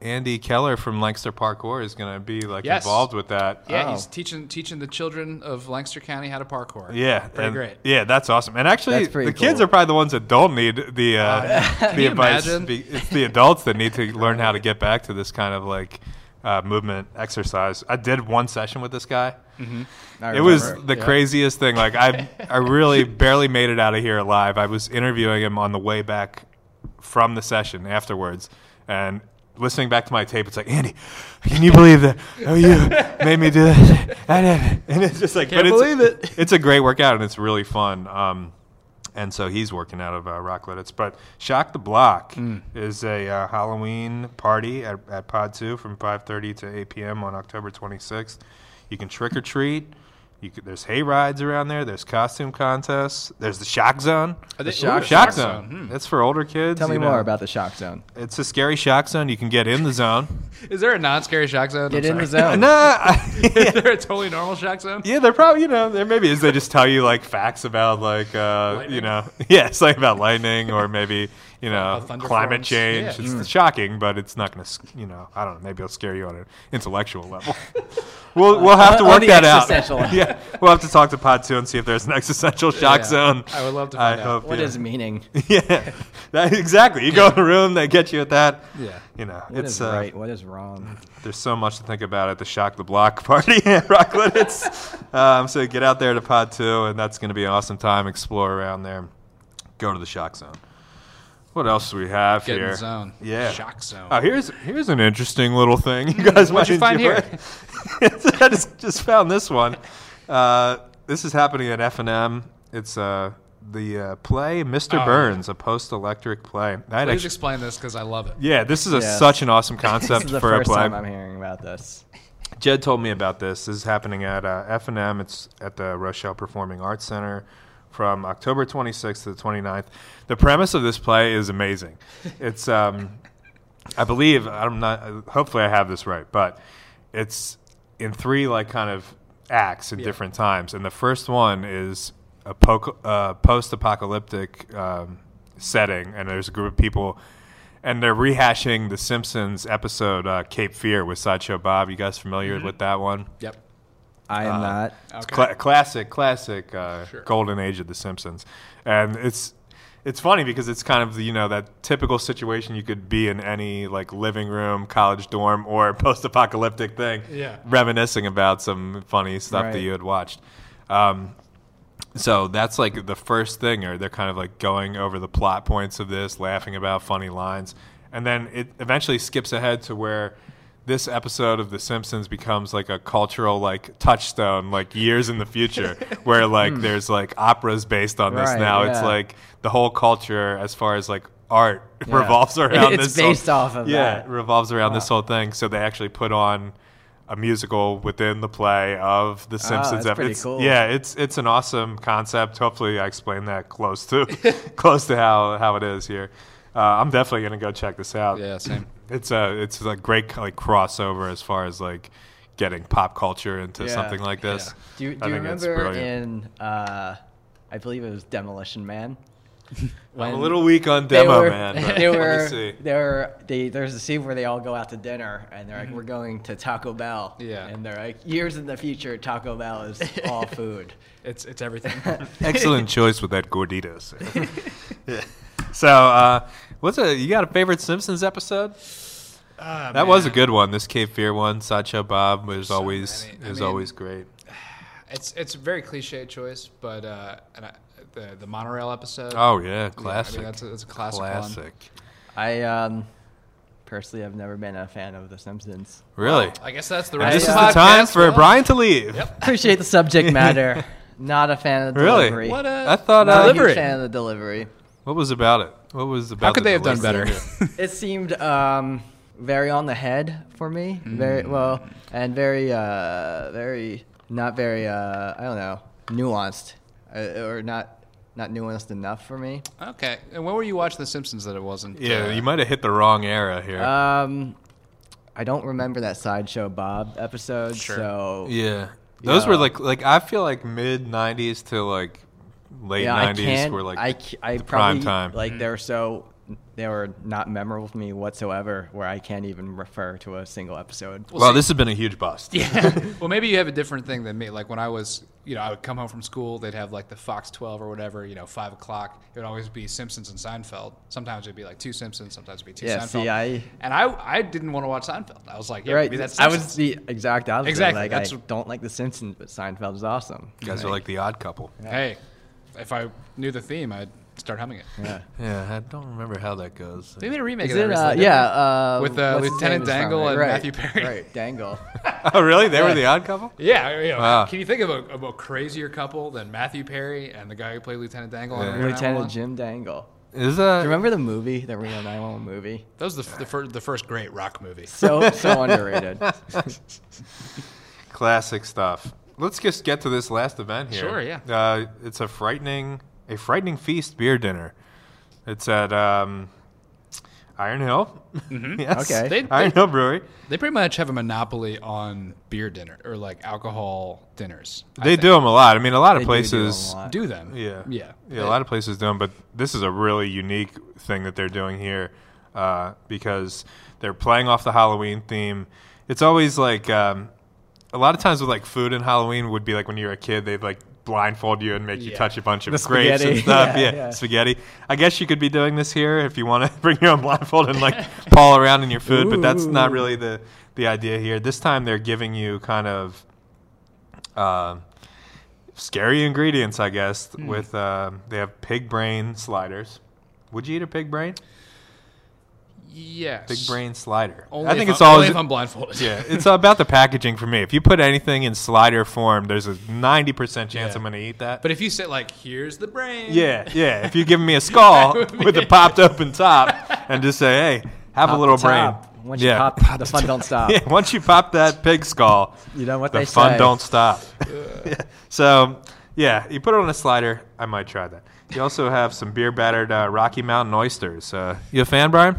C: Andy Keller from Lancaster Parkour is going to be like
B: Yes.
C: involved with that. Uh,
B: Yeah,
D: Oh.
B: he's teaching teaching the children of Lancaster County how to parkour.
C: Yeah,
B: pretty
C: and-
B: great.
C: Yeah, that's awesome. And actually,
D: That's
C: the
D: pretty
C: kids
D: cool.
C: are probably the ones that don't need the uh, the
B: you
C: advice.
B: imagine?
C: Be- It's the adults that need to learn how to get back to this kind of like uh, movement exercise. I did one session with this guy.
B: Mm-hmm.
D: I
C: It was
D: remember.
C: the craziest thing. Like I, I really barely made it out of here alive. I was interviewing him on the way back from the session afterwards, and listening back to my tape, it's like Andy, can you believe that? Oh, you made me do that. I did. And it's just like,
B: Can't
C: but
B: believe
C: it's, it. It's a great workout and it's really fun. Um, and so he's working out of uh, Rockletts. But Shock the Block
D: Hmm.
C: is a uh, Halloween party at, at Pod 2 from 5.30 to 8 p.m. on October 26th. You can trick or treat. You could, there's hay rides around there. There's costume contests. There's the shock zone.
B: Are they-
D: shock-
B: ooh,
C: Shock
D: shock
C: zone. That's for older kids.
D: Hmm. Tell me
C: you know.
D: more about the shock zone.
C: It's a scary shock zone. You can get in the zone. uh,
B: Is there a non-scary shock zone?
D: Get
B: I'm
D: in the
B: sorry.
D: zone.
C: nah, I-
B: Is there a totally normal shock zone?
C: yeah, they're probably you know there maybe is they just tell you like facts about like uh, you
B: Lightning.
C: know yeah it's like about lightning or maybe you know
B: thunder
C: climate
B: forms.
C: change.
B: Yeah.
C: It's
D: Mm.
C: shocking, but it's not gonna s- you know I don't know maybe it'll scare you on an intellectual level. We'll, we'll have to
D: on
C: work
D: the
C: that
D: existential
C: out.
D: level.
C: yeah, we'll have to talk to Pod Two and see if there's an existential shock
B: Yeah.
C: zone.
B: I would love to find
C: I
B: out.
C: hope,
D: What
C: yeah.
D: is meaning?
C: Yeah, that, exactly. You go in a room, they get you with that.
B: Yeah.
C: you know,
D: What
C: it's
D: is
C: uh,
D: right? What is wrong?
C: There's so much to think about at the Shock the Block party at Rockland. It's um, so get out there to Pod Two, and that's going to be an awesome time. Explore around there. Go to the Shock Zone. What else do we have
B: Get in
C: here?
B: the zone.
C: Yeah.
B: Shock zone.
C: Oh, here's here's an interesting little thing. You guys,
B: what'd you
C: might
B: find
C: enjoy.
B: here?
C: I just, just found this one. Uh, this is happening at F and M. It's uh, the uh, play Mr.
B: Oh.
C: Burns, a post-electric play. I had
B: Please
C: actually,
B: explain this because I love it.
C: yeah, this is a,
D: Yes.
C: such an awesome
D: This
C: concept
D: is the
C: for a
D: first
C: play.
D: time I'm hearing about this.
C: Jed told me about this. This is happening at uh, F&M. It's at the Rochelle Performing Arts Center from October 26th to the 29th. The premise of this play is amazing. It's, um, I believe, I'm not, hopefully I have this right, but it's in three like kind of acts in different times. And the first one is a po- uh, post-apocalyptic um, setting, and there's a group of people and they're rehashing the Simpsons episode uh, Cape Fear with Sideshow Bob. You guys familiar with that one?
B: Yep.
D: I am not.
C: It's
B: Okay.
C: cla- classic, classic uh,
B: Sure.
C: golden age of the Simpsons, and it's it's funny because it's kind of you know that typical situation you could be in any like living room, college dorm, or post-apocalyptic thing,
B: Yeah.
C: reminiscing about some funny stuff that
D: Right.
C: you had watched. Um, so that's like the first thing, or they're kind of like going over the plot points of this, laughing about funny lines, and then it eventually skips ahead to where this episode of The Simpsons becomes like a cultural like touchstone, like years in the future, where like there's like operas based on this
D: Hmm. Right,
C: now. It's
D: yeah.
C: like the whole culture as far as like art
D: Yeah.
C: revolves around
D: It's
C: this.
D: based off of
C: yeah,
D: that.
C: it revolves around this whole thing. So they actually put on. A musical within the play of The Simpsons.
D: Ah, that's
C: ep-
D: pretty
C: it's-
D: cool.
C: Yeah, it's it's an awesome concept. Hopefully, I explained that close to close to how how it is here. Uh, I'm definitely gonna go check this out.
B: Yeah, same.
C: It's a it's a great like crossover as far as like getting pop culture into
D: Yeah.
C: something like this.
D: Do you,
C: I
D: do you
C: think it's
D: remember
C: brilliant.
D: in, uh, I believe it was Demolition Man?
C: I'm a
D: when
C: little weak on
D: they
C: demo,
D: were-
C: man. but
D: They
C: let me
D: were,
C: see.
D: they were, they, there's a scene where they all go out to dinner and they're like, we're going to Taco Bell.
B: Yeah.
D: And they're like, years in the future, Taco Bell is all food.
B: It's it's everything.
C: Excellent choice with that gorditas. So, uh, what's a you got a favorite Simpsons episode?
B: Ah,
C: That was a
B: man.
C: good one. This Cape Fear one, Sideshow Bob was always
B: many. I
C: is
B: mean-
C: always great.
B: It's it's a very cliche choice, but uh, and I, the the monorail episode.
C: Oh yeah,
B: uh, Yeah,
C: classic.
B: I mean, that's a, that's a classic, one.
C: classic.
D: I, um, personally have never been a fan of The Simpsons.
C: Really?
B: I guess that's the
C: And
B: rest
C: this
B: of
C: is
B: the,
C: the
B: podcast,
C: time for
B: well.
C: Brian to leave.
B: Yep.
D: Appreciate the subject matter. Not a fan of the
C: Really?
D: delivery.
B: What a
C: I thought
D: Not
C: uh,
D: a
B: Delivery.
D: huge fan of the delivery.
C: What was about it? What was about?
B: How could
C: the
B: they have done better?
C: delivery?
D: It seemed um, very on the head for me.
C: Mm.
D: Very well, and very, uh, very not very. Uh, I don't know, nuanced uh, or not not nuanced enough for me.
B: okay. And when were you watching The Simpsons that it wasn't?
C: Yeah,
B: uh,
C: you might have hit the wrong era here.
D: Um, I don't remember that sideshow Bob episode.
B: Sure.
D: So
C: yeah, those
D: yeah.
C: were like like I feel like mid '90s to like late
D: yeah, I
C: '90s
D: can't.
C: were like
D: I, c- I
C: the
D: probably
C: prime time.
D: like they were so they were not memorable to me whatsoever. Where I can't even refer to a single episode.
C: well, this has been a huge bust.
B: Yeah. well, maybe you have a different thing than me. Like when I was, you know, I would come home from school. They'd have like the Fox 12 or whatever. You know, five o'clock. It would always be Simpsons and Seinfeld. Sometimes it'd be like two Simpsons. Sometimes it'd be two
D: Yeah,
B: Seinfeld.
D: see, I-
B: and I, I didn't want to watch Seinfeld. I was like, yeah,
D: right.
B: maybe that's
D: I was
B: Simpsons.
D: the exact opposite.
B: Exactly,
D: Like,
B: that's-
D: I don't like The Simpsons, but Seinfeld is awesome.
C: You guys are like the odd couple.
B: Hey, if I knew the theme, I'd start humming it.
D: Yeah.
C: Yeah, I don't remember how that goes.
B: They made a remake
D: Is
B: of that
D: it,
B: recently,
D: uh,
B: didn't
D: yeah.
B: they?
D: Uh,
B: With, uh,
D: what's his
B: Lieutenant
D: name is from
B: Dangle
D: it?
B: and
D: Right,
B: Matthew Perry.
D: Right, Dangle.
C: oh, really? They were
D: Yeah.
C: the odd couple.
B: Yeah, you know,
C: Wow.
B: can you think of a, of a crazier couple than Matthew Perry and the guy who played Lieutenant Dangle?
C: Yeah.
B: On Rear
D: Lieutenant
B: 911?
D: Jim Dangle.
C: Is that?
D: Do you remember the movie, the Reno 911 movie?
B: That was the, f- the, fir- the first great rock movie.
D: So so underrated.
C: Classic stuff. Let's just get to this last event here.
B: Sure, yeah.
C: Uh, it's a frightening, a frightening feast beer dinner. It's at um, Iron Hill. yes.
D: Mm-hmm. Okay.
B: They,
C: Iron
B: they,
C: Hill Brewery.
B: they pretty much have a monopoly on beer dinner or like alcohol dinners. I
C: They
B: think.
C: do them a lot. I mean, a lot of
D: They do do 'em a
C: places
D: lot.
B: do them.
C: Yeah.
B: yeah,
C: Yeah, a lot of places do 'em, but this is a really unique thing that they're doing here uh, because they're playing off the Halloween theme. It's always like um, a lot of times with like food and Halloween would be like when you were a kid, they'd like blindfold you and make you
B: Yeah.
C: touch a bunch of
D: The
C: grapes
D: spaghetti.
C: and stuff.
D: Yeah,
C: Yeah,
D: yeah.
C: spaghetti. I guess you could be doing this here if you want to bring your own blindfold and like paw around in your food, but that's not really the the idea here. This time they're giving you kind of. Uh, scary ingredients, I guess.
B: Hmm.
C: With um they have pig brain sliders. Would you eat a pig brain?
B: yes.
C: Pig brain slider.
B: Only
C: I think
B: if
C: it's
B: I'm,
C: all.
B: only if I'm blindfolded.
C: yeah, it's about the packaging for me. If you put anything in slider form, there's a ninety percent chance
B: Yeah.
C: I'm going to eat that.
B: But if you say like, "Here's the brain,"
C: yeah, yeah. If you're giving me a skull with a popped open top and just say, "Hey, have a little brain."
D: Once you pop, the fun don't stop.
C: Yeah, once you pop that pig skull,
D: You know what
C: the
D: they
C: fun
D: say.
C: don't stop. Yeah. So yeah, you put it on a slider. I might try that. You also have some beer battered uh, Rocky Mountain oysters. Uh, you a fan, Brian?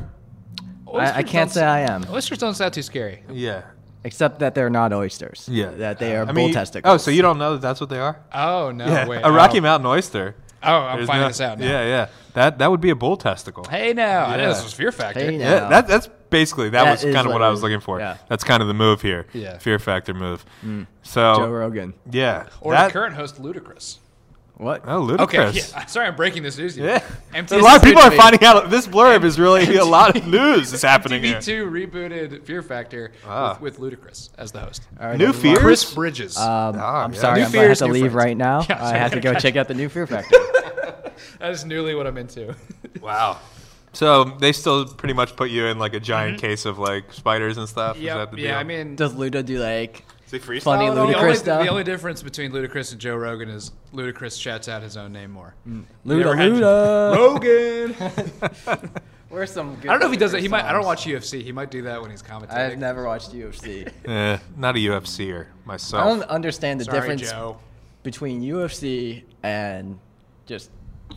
B: Oysters
D: I, I
B: don't
D: can't say I am,
B: Oysters don't sound too scary.
C: Yeah.
D: except that they're not oysters.
C: Yeah.
D: that they are
C: I
D: bull
C: mean,
D: testicles.
C: Oh, so you don't know that that's what they are?
B: Oh no!
C: yeah.
B: Wait,
C: a Rocky
B: oh.
C: Mountain oyster.
B: Oh, I'm
C: There's
B: finding
C: no-
B: this out now.
C: Yeah, yeah. That that would be a bull testicle.
B: Hey now, I
C: Yeah.
B: know this was Fear Factor.
D: Hey, now.
C: Yeah, that, that's basically that,
D: That
C: was
D: is
C: kind of
D: what
C: what I
D: it
C: was
D: is.
C: looking for.
D: Yeah. Mm.
C: That's kind of the move here.
B: Yeah.
C: Fear factor move. So
D: Joe Rogan.
C: yeah,
B: Or
C: that,
B: the current host, Ludacris.
D: What?
C: Oh,
B: Okay,
C: ludicrous.
B: yeah. Sorry, I'm breaking this news. to you.
C: Yeah.
B: MTV
C: A lot of people are
B: Two-
C: finding out this blurb is really a lot of news is happening here.
B: MTV Two rebooted Fear Factor
C: Ah.
B: with, with Ludacris as the host.
D: All right,
C: New
D: everyone.
C: fears?
B: Chris Bridges.
D: Um,
C: Ah,
D: I'm
C: yeah.
D: sorry,
B: New
D: I'm gonna have
B: fears,
D: to
B: new
D: leave
B: friends.
D: right now.
B: Yeah,
D: I have to
B: sorry.
D: go check out the new Fear Factor.
B: that is newly what I'm into.
C: Wow. So they still pretty much put you in like a giant case of like spiders and stuff. Is
B: Mm-hmm. yeah,
C: that the deal?
B: yeah. I mean,
D: Does Luda do like?
C: Is it freestyle
D: funny
C: at all?
B: the,
D: Ludacris
B: only,
D: stuff?
B: the only difference between Ludacris and Joe Rogan is Ludacris shouts out his own name more.
C: Mm.
D: Luda,
B: ever had-
D: Luda.
B: Rogan. I
D: Where's some? Good
B: don't know if he does that. He might. I don't watch UFC. He might do that when he's commentating.
D: I've never watched UFC.
C: Eh, not a UFCer
D: I
C: myself.
D: don't understand the
B: Sorry,
D: difference
B: Joe.
D: between UFC and just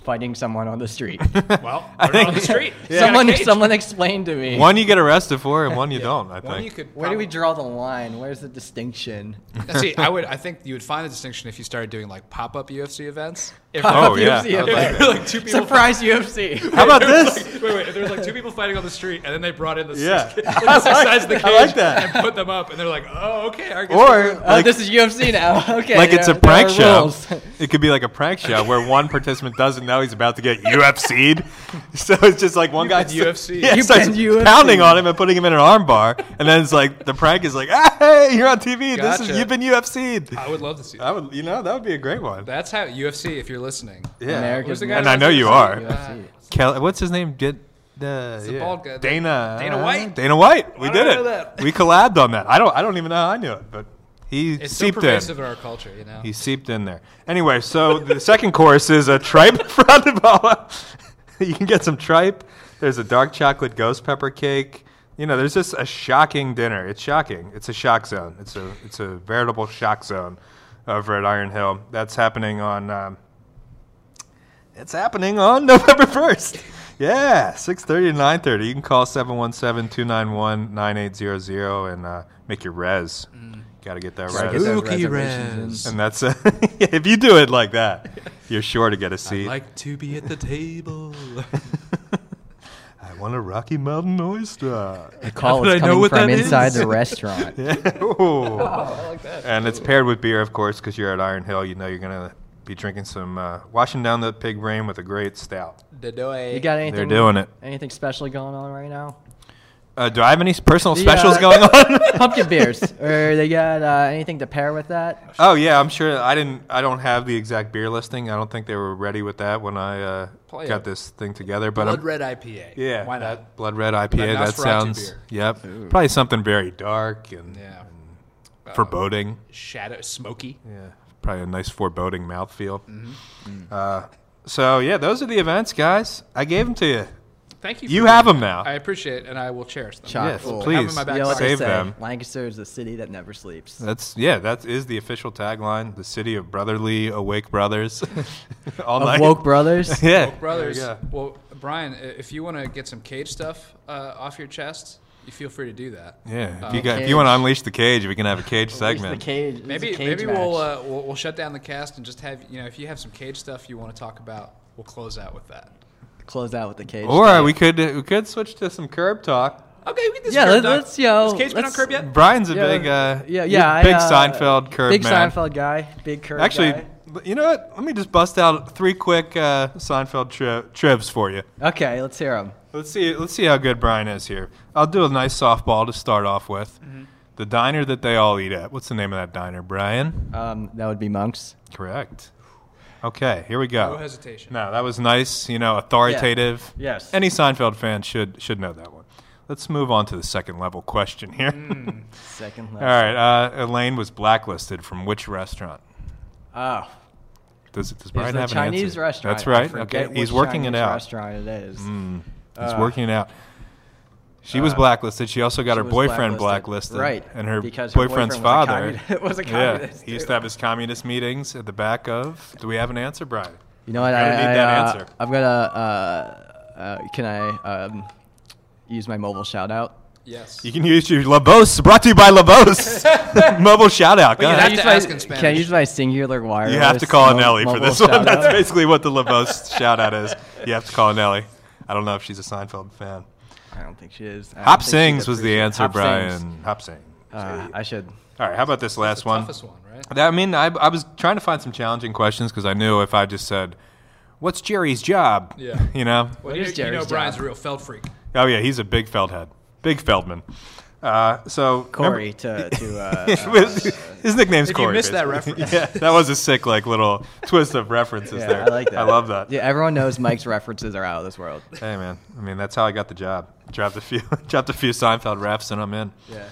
D: fighting someone on the street.
B: Well,
C: I
B: they're not on the
C: think-
B: street. He's got a
D: Someone,
B: cage.
D: someone explain to me.
C: One you get arrested for, and one you don't. I
B: One you
C: think.
B: could.
D: Where do we
B: probably-
D: draw the line? Where's the distinction?
B: See, I would. I think you would find the distinction if you started doing like pop-up UFC events. If,
C: Oh,
D: Of
C: yeah. I
D: UFC
B: if
C: like
D: event.
B: there were, like two people.
D: Surprise UFC.
C: How about
B: there was,
C: this?
B: Like, wait, wait. There was like two people fighting on the street, and then they brought in the
C: Yeah.
B: six, like,
C: I
B: the six
C: like-
B: sides of the
C: I
B: cage
C: like that.
B: and put them up, and they're like, "Oh, okay." I guess
C: Or
D: Oh,
C: like,
D: this is UFC now. Okay.
C: like it's a
D: there- there
C: prank
D: are
C: show.
D: rules.
C: It could be like a prank show where one participant doesn't know he's about to get UFC'd. So it's just like one
B: You've
C: guy
B: been
C: sta-
B: UFC'd.
C: yeah,
D: You've
C: starts
D: been UFC'd.
C: pounding on him and putting him in an armbar, and then it's like the prank is like, ah, "Hey, you're on TV. This
B: Gotcha.
C: is you've been UFC'd."
B: I would love to see
C: I
B: that.
C: would, you know, that would be a great one.
B: That's how UFC. If you're listening,
C: yeah,
D: America-
B: Who's the
D: And
B: guy that
C: I
B: was
C: know
B: in
C: you
B: UFC?
C: are.
B: Uh,
C: Kel- what's his name? Get the,
B: the
C: yeah.
B: bald guy, the-
C: Dana.
B: Dana White?
C: Dana White. We
B: Why
C: did
B: do I
C: it.
B: know that?
C: We collabed on that. I don't. I don't even know how I knew it, but he
B: it's so
C: seeped in.
B: pervasive in our culture, you know.
C: He seeped in there. Anyway, so the second course is a tripe frondibala. you can get some tripe. There's a dark chocolate ghost pepper cake. You know, there's just a shocking dinner. It's shocking. It's a shock zone. It's a it's a veritable shock zone over at Iron Hill. That's happening on. Um, it's happening on November first. Yeah, six thirty to nine thirty. You can call 717-291-9800 and uh, make your res. Got to get that
D: Gotta
C: res.
D: get those reservations in.
C: And that's a, if you do it like that, you're sure to get a seat.
B: like to be at the table.
C: I want a Rocky Mountain oyster.
D: The call
C: How did
D: is
C: I know
D: coming
C: what
D: from
C: that is?
D: inside the restaurant.
C: Ooh. And it's paired with beer, of course, because you're at Iron Hill. You know you're gonna be drinking some, uh, washing down the pig brain with a great stout.
D: You got anything?
C: They're doing it.
D: Anything special going on right now?
C: Uh, do I have any s- personal
D: The,
C: specials
D: uh,
C: going on?
D: Pumpkin beers, or they got uh, anything to pair with that?
C: oh yeah, I'm sure. I didn't. I don't have the exact beer listing. I don't think they were ready with that when I uh,
B: Play
C: got
B: it.
C: this thing together. But
B: Blood
C: I'm,
B: red IPA.
C: Yeah,
B: why not?
C: that blood red IPA. That
B: Nosferatu
C: sounds.
B: beer.
C: Yep, probably something very dark and
B: Yeah,
C: foreboding.
B: shadow smoky.
C: Yeah, probably a nice foreboding
B: Mm-hmm.
C: mouthfeel. Uh, so yeah, those are the events, guys. I gave them to you.
B: Thank you.
C: You
B: for
C: have
B: doing
C: them
B: that.
C: now.
B: I appreciate it, and I will cherish them.
D: Chock
C: Yes,
D: full.
C: please.
B: Have 'em in my back
D: You know what
B: pocket.
D: they
C: Save
D: say,
C: them.
D: Lancaster is the city that never sleeps.
C: That's yeah. That is the official tagline: the city of brotherly awake brothers. All
D: Of
C: night.
D: woke brothers.
C: yeah.
B: Brothers,
C: There you
B: well, Brian, i- if you want to get some cage stuff uh, off your chest, you feel free to do that.
C: go. Yeah.
B: Uh,
C: If you got, if
D: Cage.
C: you want to unleash the cage, we can have a cage
D: It's the
C: segment.
D: cage. it's a
B: maybe
D: cage
B: maybe we'll,
D: match.
B: uh, we'll we'll shut down the cast and just have you know if you have some cage stuff you want to talk about, we'll close out with that.
D: close out with the cage.
C: Or
D: stuff.
C: we could we could switch to some curb talk.
B: Okay, we can do
D: Yeah,
B: curb
D: let-
B: talk.
D: let's, yo,
B: Has cage been on
D: let's-
B: curb yet?
C: Brian's a
D: Yeah,
C: big uh,
D: yeah,
C: you're
D: yeah. I,
C: big
D: uh,
C: Seinfeld curb
D: Big
C: man.
D: Seinfeld guy. Big curb.
C: Actually,
D: guy.
C: you know what? Let me just bust out three quick uh, Seinfeld tri- trivs for you.
D: Okay, let's hear him.
C: Let's see. Let's see how good Brian is here. I'll do a nice softball to start off with.
D: Mm-hmm.
C: The diner that they all eat at. What's the name of that diner, Brian?
D: Um, that would be monks.
C: Correct. Okay, here we go.
B: No hesitation.
C: Oh. No, that was nice. You know, authoritative.
D: Yes.
C: Any Seinfeld fan should should know that one. Let's move on to the second level question here.
D: Mm. Second
C: all
D: left.
C: right. Uh, Elaine was blacklisted from which restaurant?
D: Oh,
C: Does, does Brian
D: it's a
C: have an
D: Chinese
C: answer?
D: restaurant.
C: That's
D: I
C: right.
D: forget
C: Okay, he's
D: which
C: working
D: Chinese
C: it out. Mm.
D: Restaurant it is.
C: He's
D: Uh,
C: working it out. She was blacklisted. She also got
D: she
C: her
D: was
C: boyfriend
D: blacklisted.
C: blacklisted.
D: Right,
C: And her
D: because her
C: boyfriend's
D: boyfriend
C: father
D: was a communi- was a communist,
C: he used
D: too.
C: to have his communist meetings at the back of. Do we have an answer, Brian?
D: You know what?
C: Gotta
D: I,
C: need
D: I,
C: that
D: uh,
C: answer.
D: I've got a. Uh, uh, can I um, use my mobile shout out?
B: Yes.
C: You can use your Labos, brought to you by Labos. Mobile shout out.
B: you
C: guys.
B: have
D: Can I
B: to
D: use my-
B: ask in Spanish.
D: Can I use my singular wireless?
C: You have to call
D: mo-
C: Nelly for
D: mobile
C: this one.
D: shout-out?
C: That's basically what the Labos shout out is. You have to call Nelly. I don't know if she's a Seinfeld fan.
D: I don't think she is. I
C: Hop
D: don't think she'd
C: Sings was the
D: appreciate-
C: answer,
D: Hop
C: Brian.
D: Sings.
C: Hop Sings.
D: Uh, I should.
C: All right, how about this last
B: the
C: one?
B: toughest one, right?
C: That- I mean, I, I was trying to find some challenging questions because I knew if I just said, "What's Jerry's job?"
B: Yeah.
C: you know.
B: Well,
D: What
B: you,
D: is
B: you know
D: Jerry's
B: Brian's
D: job?
B: a real Feld freak.
C: Oh yeah, he's a big Feldhead, big Feldman. Uh, so
D: Corey
C: remember-
D: to to. Uh,
C: his nickname's
B: If you
C: Corey.
B: missed that
C: basically.
B: reference.
C: yeah, that was a sick like little twist of references
D: yeah,
C: there.
D: I like that.
C: I love that.
D: Yeah, everyone knows Mike's references are out of this world.
C: Hey man, I mean that's how I got the job. Dropped a few, dropped a few Seinfeld refs, and I'm in.
D: Yeah.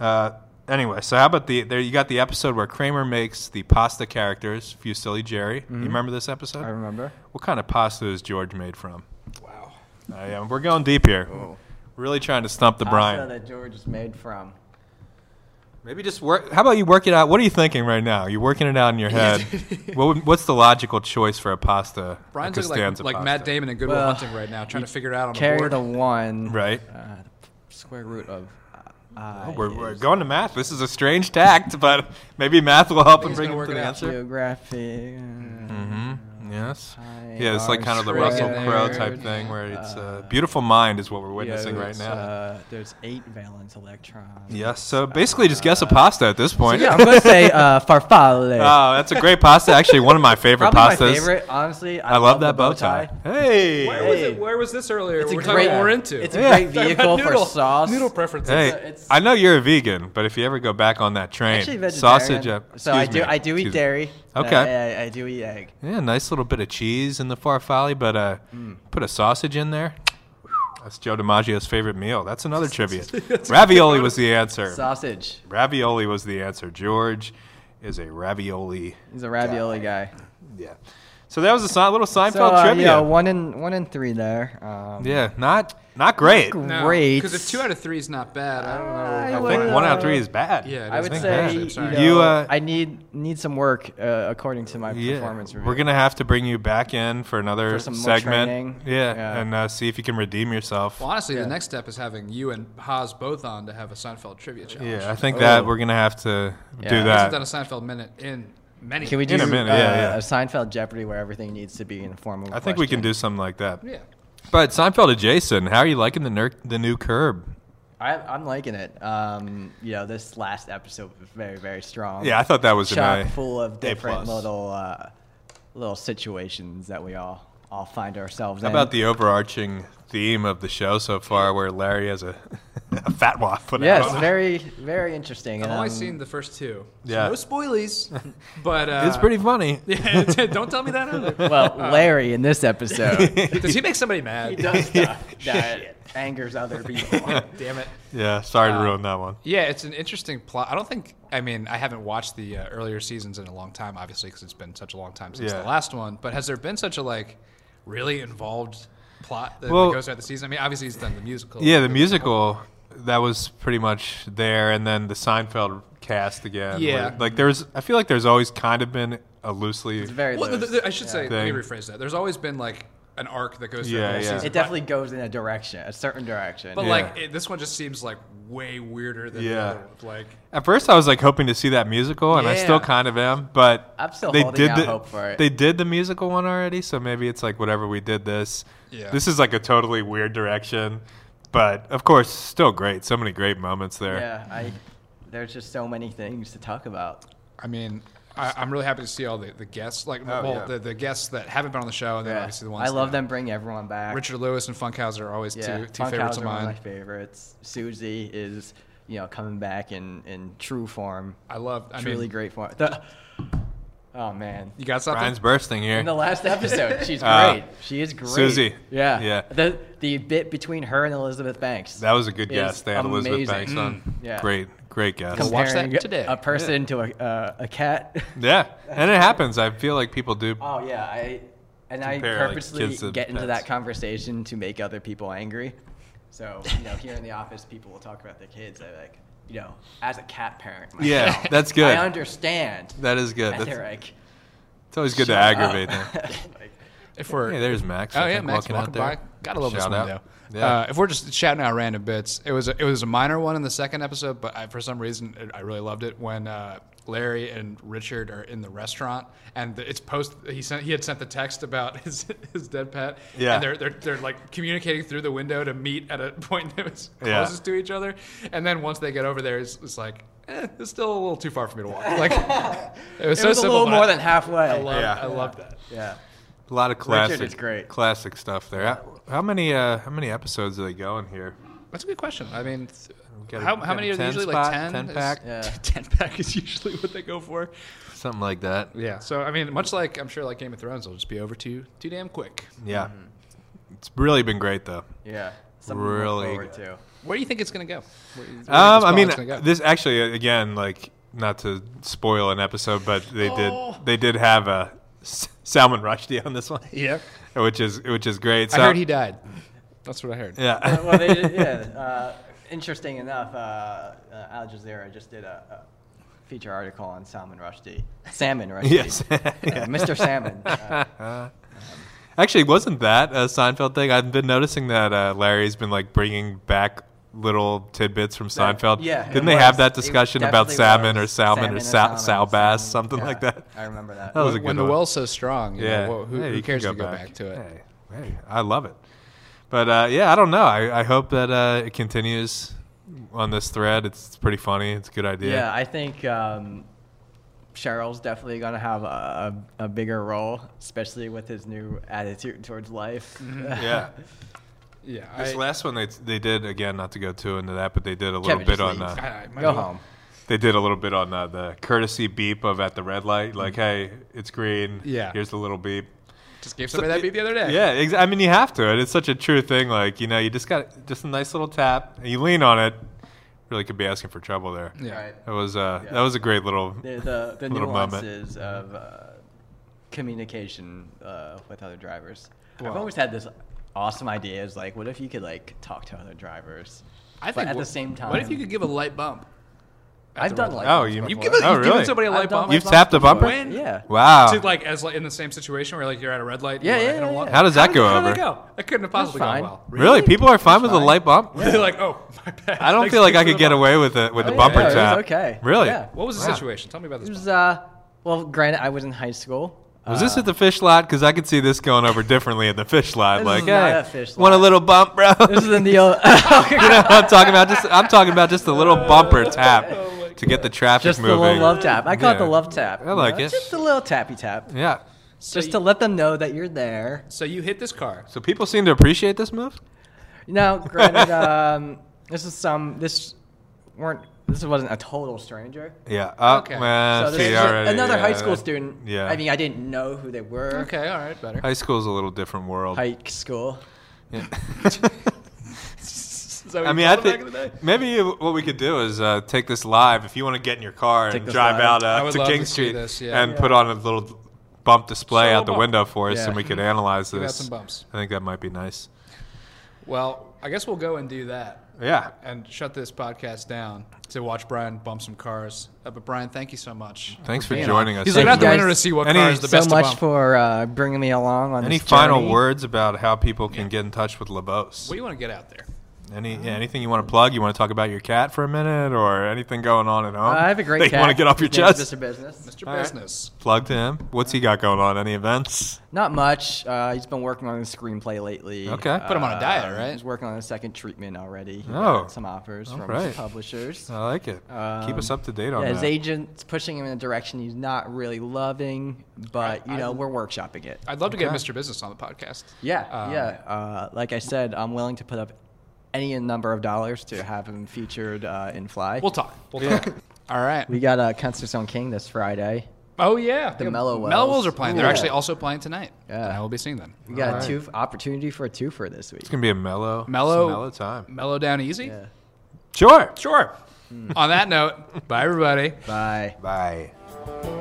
C: Uh, anyway, so how about the there? You got the episode where Kramer makes the pasta characters. Few silly Jerry. You remember this episode?
D: I remember.
C: What kind of pasta is George made from?
B: Wow.
C: I am. We're going deep here. Really trying to stump the Brian.
D: that George is made from.
C: Maybe just work. How about you work it out? What are you thinking right now? You're working it out in your head. what would, what's the logical choice for a pasta?
B: Brian's
C: a
B: looking like,
C: Costanza
B: like
C: pasta?
B: Matt Damon in Goodwill
D: Well,
B: Hunting right now, trying to figure it out on the
D: Carry
B: board.
D: the one.
C: Right.
D: Uh, square root of. Uh,
C: Oh, we're, we're
D: is
C: going to math. This is a strange tact, but maybe math will help him
B: He's
C: bring
B: gonna work
C: him to
B: it
C: the
B: out.
C: answer.
D: Geographic.
C: Mm-hmm. Yes.
D: I
C: Yeah, it's like
D: are
C: kind of the Russell
D: squared.
C: Crowe type thing where it's uh, beautiful mind is what we're witnessing
D: Yeah,
C: right
D: it's,
C: now.
D: Uh, there's eight valence electrons.
C: yes. So basically, just guess a pasta at this point.
D: uh, Yeah, I'm gonna say uh, farfalle.
C: Oh, that's a great pasta. Actually, one of my favorite
D: Probably
C: pastas.
D: my favorite, honestly. I,
C: I love
D: the
C: that bow tie. Hey.
B: Where was,
D: Hey.
B: it, where was this earlier?
D: It's a
B: We're
D: great-
B: talking what we're into.
D: It's a
C: Yeah.
D: great
B: Talking about
D: vehicle for
B: noodle-
D: sauce.
B: Noodle preferences.
C: Hey,
D: it's-
C: I know you're a vegan, but if you ever go back on that train,
D: Actually, vegetarian.
C: sausage. Uh,
D: so I
C: excuse
D: do.
C: me,
D: I do eat
C: excuse me.
D: dairy. but
C: Okay.
D: I, I, I do eat egg.
C: Yeah, nice little bit of cheese in the farfalle, but uh,
D: Hmm.
C: put a sausage in there. That's Joe DiMaggio's favorite meal. That's another trivia. ravioli was the answer.
D: Sausage.
C: Ravioli was the answer. George is a ravioli.
D: He's a ravioli guy.
C: Yeah. So that was a si- little Seinfeld
D: So uh,
C: trivia.
D: yeah, one in one in three there. Um,
C: Yeah, not not great.
D: Not great.
B: Because if two out of three is not bad, I don't know.
D: I
C: I
D: would,
C: think one out of
D: uh,
C: three is bad.
B: Yeah, it
D: I
B: is
D: would
C: think
D: say
C: that's
D: you,
B: bad. Sorry.
D: know,
C: You, uh,
D: I need need some work uh, according to my performance review.
C: We're gonna have to bring you back in for another
D: For some more training.
C: segment. Yeah,
D: Yeah.
C: and uh, see if you can redeem yourself.
B: Well, honestly,
D: Yeah.
B: the next step is having you and Haas both on to have a Seinfeld trivia challenge.
C: Yeah, I think
D: Oh.
C: that we're gonna have to
D: Yeah.
C: do
B: I haven't done a
C: that.
B: Seinfeld minute in many.
D: Can we do
C: In a minute,
D: uh,
C: yeah, yeah.
D: a Seinfeld Jeopardy where everything needs to be in the form of a
C: I think we can
D: question?
C: do something like that.
B: Yeah.
C: But Seinfeld adjacent, how are you liking the ner- the new curb?
D: I, I'm liking it. Um, you know, this last episode was very, very strong.
C: Yeah, I thought that was an
D: chock
C: A-
D: full of
C: A
D: different
C: plus.
D: little uh, little situations that we all all find ourselves
C: How
D: in.
C: about the overarching theme of the show so far, where Larry has a, a fat wife? put
D: Yes,
C: out?
D: very, very interesting.
B: I've
D: and,
B: only
D: um,
B: seen the first two. So
C: Yeah.
B: No spoilies. But uh,
C: it's pretty funny.
B: Yeah, don't tell me that either.
D: well, Larry in this episode
B: Does he make somebody mad?
D: he does stuff that angers other people.
B: Damn it.
C: Yeah, sorry to
D: Uh,
C: ruin that one.
B: Yeah, it's an interesting plot. I don't think. I mean, I haven't watched the uh, earlier seasons in a long time, obviously, because it's been such a long time since
C: Yeah.
B: the last one. But has there been such a like really involved plot that
C: Well-
B: goes throughout the season? I mean, obviously he's done the musical.
C: Yeah, the musical that was pretty much there, and then the Seinfeld cast again.
B: Yeah.
C: where, like there's, I feel like there's always kind of been a loosely.
D: It's very
B: Well,
D: loose.
B: th- th- I should say. Let me
C: Thing.
B: rephrase that. There's always been like an arc that goes through
C: Yeah,
B: the whole
C: yeah.
B: season.
D: it definitely goes in a direction, a certain direction.
B: But
C: Yeah.
B: like it, this one just seems like way weirder than the
C: Yeah.
B: other one. Like
C: At first, I was like hoping to see that musical, and I
B: Yeah.
C: still kind of am. But
D: I'm still
C: they
D: holding
C: did
D: out
C: the,
D: hope for it.
C: They did the musical one already, so maybe it's like whatever we did this.
B: Yeah.
C: This is like a totally weird direction, but of course, still great. So many great moments there.
D: yeah, I there's just so many things to talk about.
B: I mean, I, I'm really happy to see all the, the guests, like
C: Oh,
B: well,
C: yeah.
B: the, the guests that haven't been on the show, and then
D: Yeah.
B: obviously the ones
D: I love
B: that-
D: them. Bring everyone back.
B: Richard Lewis and Funkhauser are always
D: yeah,
B: two, two
D: Funkhouse
B: favorites of
D: are one
B: mine.
D: my favorites. Susie is you know coming back in in true form,
B: I love. I
D: truly
B: mean,
D: great form. The- oh man,
B: you got something.
C: Brian's bursting here.
D: in the last episode, she's
C: Uh,
D: great. she is great.
C: Susie.
D: Yeah.
C: Yeah.
D: The the bit between her and Elizabeth Banks.
C: That was a good
D: is
C: guess. They had Elizabeth
D: amazing. Mm.
C: Banks on.
D: Yeah.
C: Great, great guess.
B: Well, watch that
D: Comparing
B: today.
D: A person to a uh, a cat.
C: Yeah, and it happens. I feel like people do.
D: Oh yeah, I and
C: Compare,
D: I
C: like,
D: purposely
C: kids to
D: get into
C: pets.
D: that conversation to make other people angry. So you know, here in the office, people will talk about their kids. I like, you know, as a cat parent. myself,
C: Yeah, that's good.
D: I understand.
C: That is good.
D: And
C: That's,
D: they're like,
C: it's always good to
D: "Shut up."
C: aggravate them.
D: Like,
B: if we're
C: Hey, there's Max.
B: Oh
C: I
B: yeah,
C: think,
B: Max walking, by. Gotta love
C: Shout
B: this
C: out.
B: window.
C: Yeah.
B: Uh, if we're just shouting out random bits, it was a, it was a minor one in the second episode, but I, for some reason it, I really loved it when uh, Larry and Richard are in the restaurant and the, it's post. He sent he had sent the text about his his dead pet.
C: Yeah.
B: and they're they're, they're like communicating through the window to meet at a point that was
C: Yeah.
B: closest to each other, and then once they get over there, it's, it's like. Eh, it's still a little too far for me to walk. Like it was
D: it
B: so
D: was a
B: simple,
D: little
B: but I-
D: more than halfway.
B: I love.
C: Yeah.
B: I love that.
D: yeah.
C: a lot of classic,
D: is great.
C: classic stuff there. How- How many, uh, how many episodes are they going here?
B: That's a good question. I mean, th-
C: Get a-
B: how, how
C: get
B: many
C: a
B: are they
C: 10
B: usually
C: spot,
B: like 10?
C: 10 pack?
D: Yeah.
B: 10 pack is usually what they go for.
C: Something like that.
B: Yeah. So, I mean, much like I'm sure like Game of Thrones, it'll just be over too, too damn quick.
C: Yeah,
B: Mm-hmm.
C: it's really been great though.
D: Yeah. Something to look
C: Really
D: forward
C: good.
D: to.
B: Where do you think it's going to go? Where do you- where do you think the
C: Um, I mean,
B: spotlight's gonna go?
C: this actually uh, again, like not to spoil an episode, but they
B: Oh.
C: did they did have a S- Salman Rushdie on this one,
B: yeah.
C: which is which is great.
B: I
C: Sal-
B: heard he died. That's what I heard.
C: Yeah.
D: Uh, well, they did, yeah. Uh, interesting enough, uh, uh, Al Jazeera just did a, a feature article on Salmon Rushdie. Salmon Rushdie.
C: yes.
D: Uh, Mr. Salmon. Uh,
C: Actually, wasn't that a Seinfeld thing? I've been noticing that uh, Larry's been like bringing back little tidbits from
D: That-
C: Seinfeld.
D: yeah, it
C: Didn't they have
D: was.
C: that
D: It
C: discussion about
D: definitely
C: salmon or
D: was.
C: salmon, or sal-
D: salmon,
C: salbass,
D: salmon.
C: something
D: Yeah,
C: like that? Oh,
D: I remember that.
C: That was a
B: When
C: good
B: the
C: one.
B: well's so strong, you
C: yeah.
B: know, well, who,
C: Hey, you
B: who
C: can
B: cares if you go back, to it?
C: Hey, hey, I love it. But uh, yeah, I don't know. I, I hope that uh, it continues on this thread. It's, it's pretty funny. It's a good idea.
D: Yeah, I think um, Cheryl's definitely going to have a, a, a bigger role, especially with his new attitude towards life.
C: yeah.
B: Yeah.
C: This
B: I-
C: last one they they did again. Not to go too into that, but they did a little
D: Kevin,
C: bit
D: just
C: on.
D: leave.
C: Uh,
B: God, I might
D: Go
B: as well-
D: home.
C: they did a little bit on uh, the courtesy beep of at the red light, like, hey, it's green.
B: Mm. Yeah.
C: Here's the little beep.
B: Just gave somebody that beat the other day.
C: Yeah, ex- I mean, you have to. And it's such a true thing. Like, you know, you just got just a nice little tap. And you lean on it. Really could be asking for trouble there.
B: Yeah.
D: Right.
C: That was uh,
D: Yeah.
C: that was a great little.
D: The, the, the
C: Little moment.
D: nuances of uh, communication uh, with other drivers. I've
B: Well-
D: always had this awesome idea is like, what if you could like talk to other drivers?
B: I think
D: But at
B: wh-
D: the same time,
B: what if you could give a light bump? at
D: I've
B: the
D: done
B: red
D: like
C: Oh, you-
B: You've
C: Before.
B: given,
C: Oh,
B: you've given
C: really?
B: somebody a
D: I've
B: light
D: done
B: bump.
D: light
C: You've tapped a bumper.
B: When-
D: yeah.
C: Wow.
B: to like as like in the same situation where like you're at a red light.
D: Yeah,
B: you
D: yeah,
B: wanna hit 'em
D: yeah,
B: once.
D: yeah.
C: How does that
B: How
C: go
B: how
C: over?
B: did that go? That couldn't have possibly gone
D: fine.
B: well.
C: really? People are fine with a
D: fine.
C: light bump.
B: They're like, oh, my bad.
C: I don't
B: Thanks
C: feel like
B: for
C: I could
B: the
C: get
B: bump. Oh,
C: away with it with the
D: yeah,
C: bumper
D: yeah, it was
C: tap.
D: okay.
C: Really?
D: Yeah.
B: What was the
C: Wow.
B: situation? Tell me about
D: It
B: this.
D: was, uh, well, granted, I was in high school.
C: Was this at the fish lot? Because I could see this going over differently at the fish lot.
D: This
C: like,
D: is not
C: hey,
D: a fish
C: want a
D: lot."
C: little bump, bro?
D: This is in the old,
C: you know what I'm talking about? Just I'm talking about just a little bumper tap to get the traffic
D: Oh just the
C: moving.
D: little love tap. I call it the
C: Yeah.
D: love tap.
C: I like
D: you know?
C: it.
D: Just a little tappy tap,
C: Yeah.
B: So
D: just
B: you,
D: to let them know that you're there.
B: So you hit this car.
C: So people seem to appreciate this move.
D: Now, granted, um, this is some this weren't this wasn't a total stranger.
C: Yeah. Oh,
B: Okay.
C: man,
D: this
C: see,
D: is
C: already,
D: another high
C: yeah,
D: school
C: that-
D: student.
C: Yeah.
D: I mean, I didn't know who they were.
B: Okay, all right, better.
C: high school's a little different world.
D: High school.
C: Yeah.
B: Is that what
C: I
B: you
C: mean, I
B: called it back in the day?
C: think maybe you- what we could do is uh, take this live. If you want to get in your car
D: Take
C: and
D: this
C: drive
D: live.
C: out
B: I
C: uh,
B: would
C: to
B: love
C: King
B: to see
C: Street
B: this, yeah.
C: and put on a little bump display
B: Show a
C: out the
B: bump.
C: window for us,
D: Yeah.
C: and we could analyze
B: Give out
C: this.
B: some bumps.
C: I think that might be nice.
B: Well, I guess we'll go and do that
C: Yeah.
B: and shut this podcast down to watch Brian bump some cars. Uh, but Brian, thank you so much.
C: Thanks for
B: being
C: joining
B: on.
C: us.
B: He's like not
D: Thank
B: the
D: you
B: winner to
D: guys.
B: see what
C: Any-
B: car is the
D: so
B: best
D: much
B: to bump.
D: for uh, bringing me along on
C: Any
D: this
C: final
D: journey.
C: words about how people can get in touch with Labose?
B: what do you want to get out there?
C: Any yeah, anything you want to plug? You want to talk about your cat for a minute, or anything going on at home?
D: I have a great
C: that
D: cat.
C: You want to get off your
D: His name is
C: chest?
D: Mr. Business.
B: Mr.
C: All right.
B: Business.
C: Plug to him. What's he got going on? Any events?
D: Not much. Uh, he's been working on his screenplay lately.
C: Okay. Put
B: him on a diet,
D: Uh,
B: right?
D: He's working on a second treatment already. He
C: Oh.
D: got Some offers
C: All
D: from
C: right.
D: his publishers.
C: I like it. Keep
D: Um,
C: us up to date on
D: Yeah, his
C: that.
D: agent's pushing him in a direction he's not really loving, but you know we're workshopping it.
B: I'd love to
C: Okay.
B: get Mr. Business on the podcast.
D: Yeah,
B: Um,
D: yeah. Uh, like I said, I'm willing to put up any number of dollars to have him featured uh, in Fly.
B: We'll talk. We'll talk. All right.
D: we got uh, Constantine King this Friday.
B: Oh yeah,
D: The Mellow Wells.
B: Mellows are playing. They're
D: Yeah.
B: actually also playing tonight.
D: Yeah.
B: and I will be seeing them.
D: We got
C: Alright.
D: a two opportunity for a two for this week.
C: It's gonna be a mellow,
B: Mellow,
C: mellow time.
B: Mellow down easy.
D: Yeah. Hmm.
C: Sure.
B: Sure. On that note, bye everybody.
D: Bye.
C: Bye.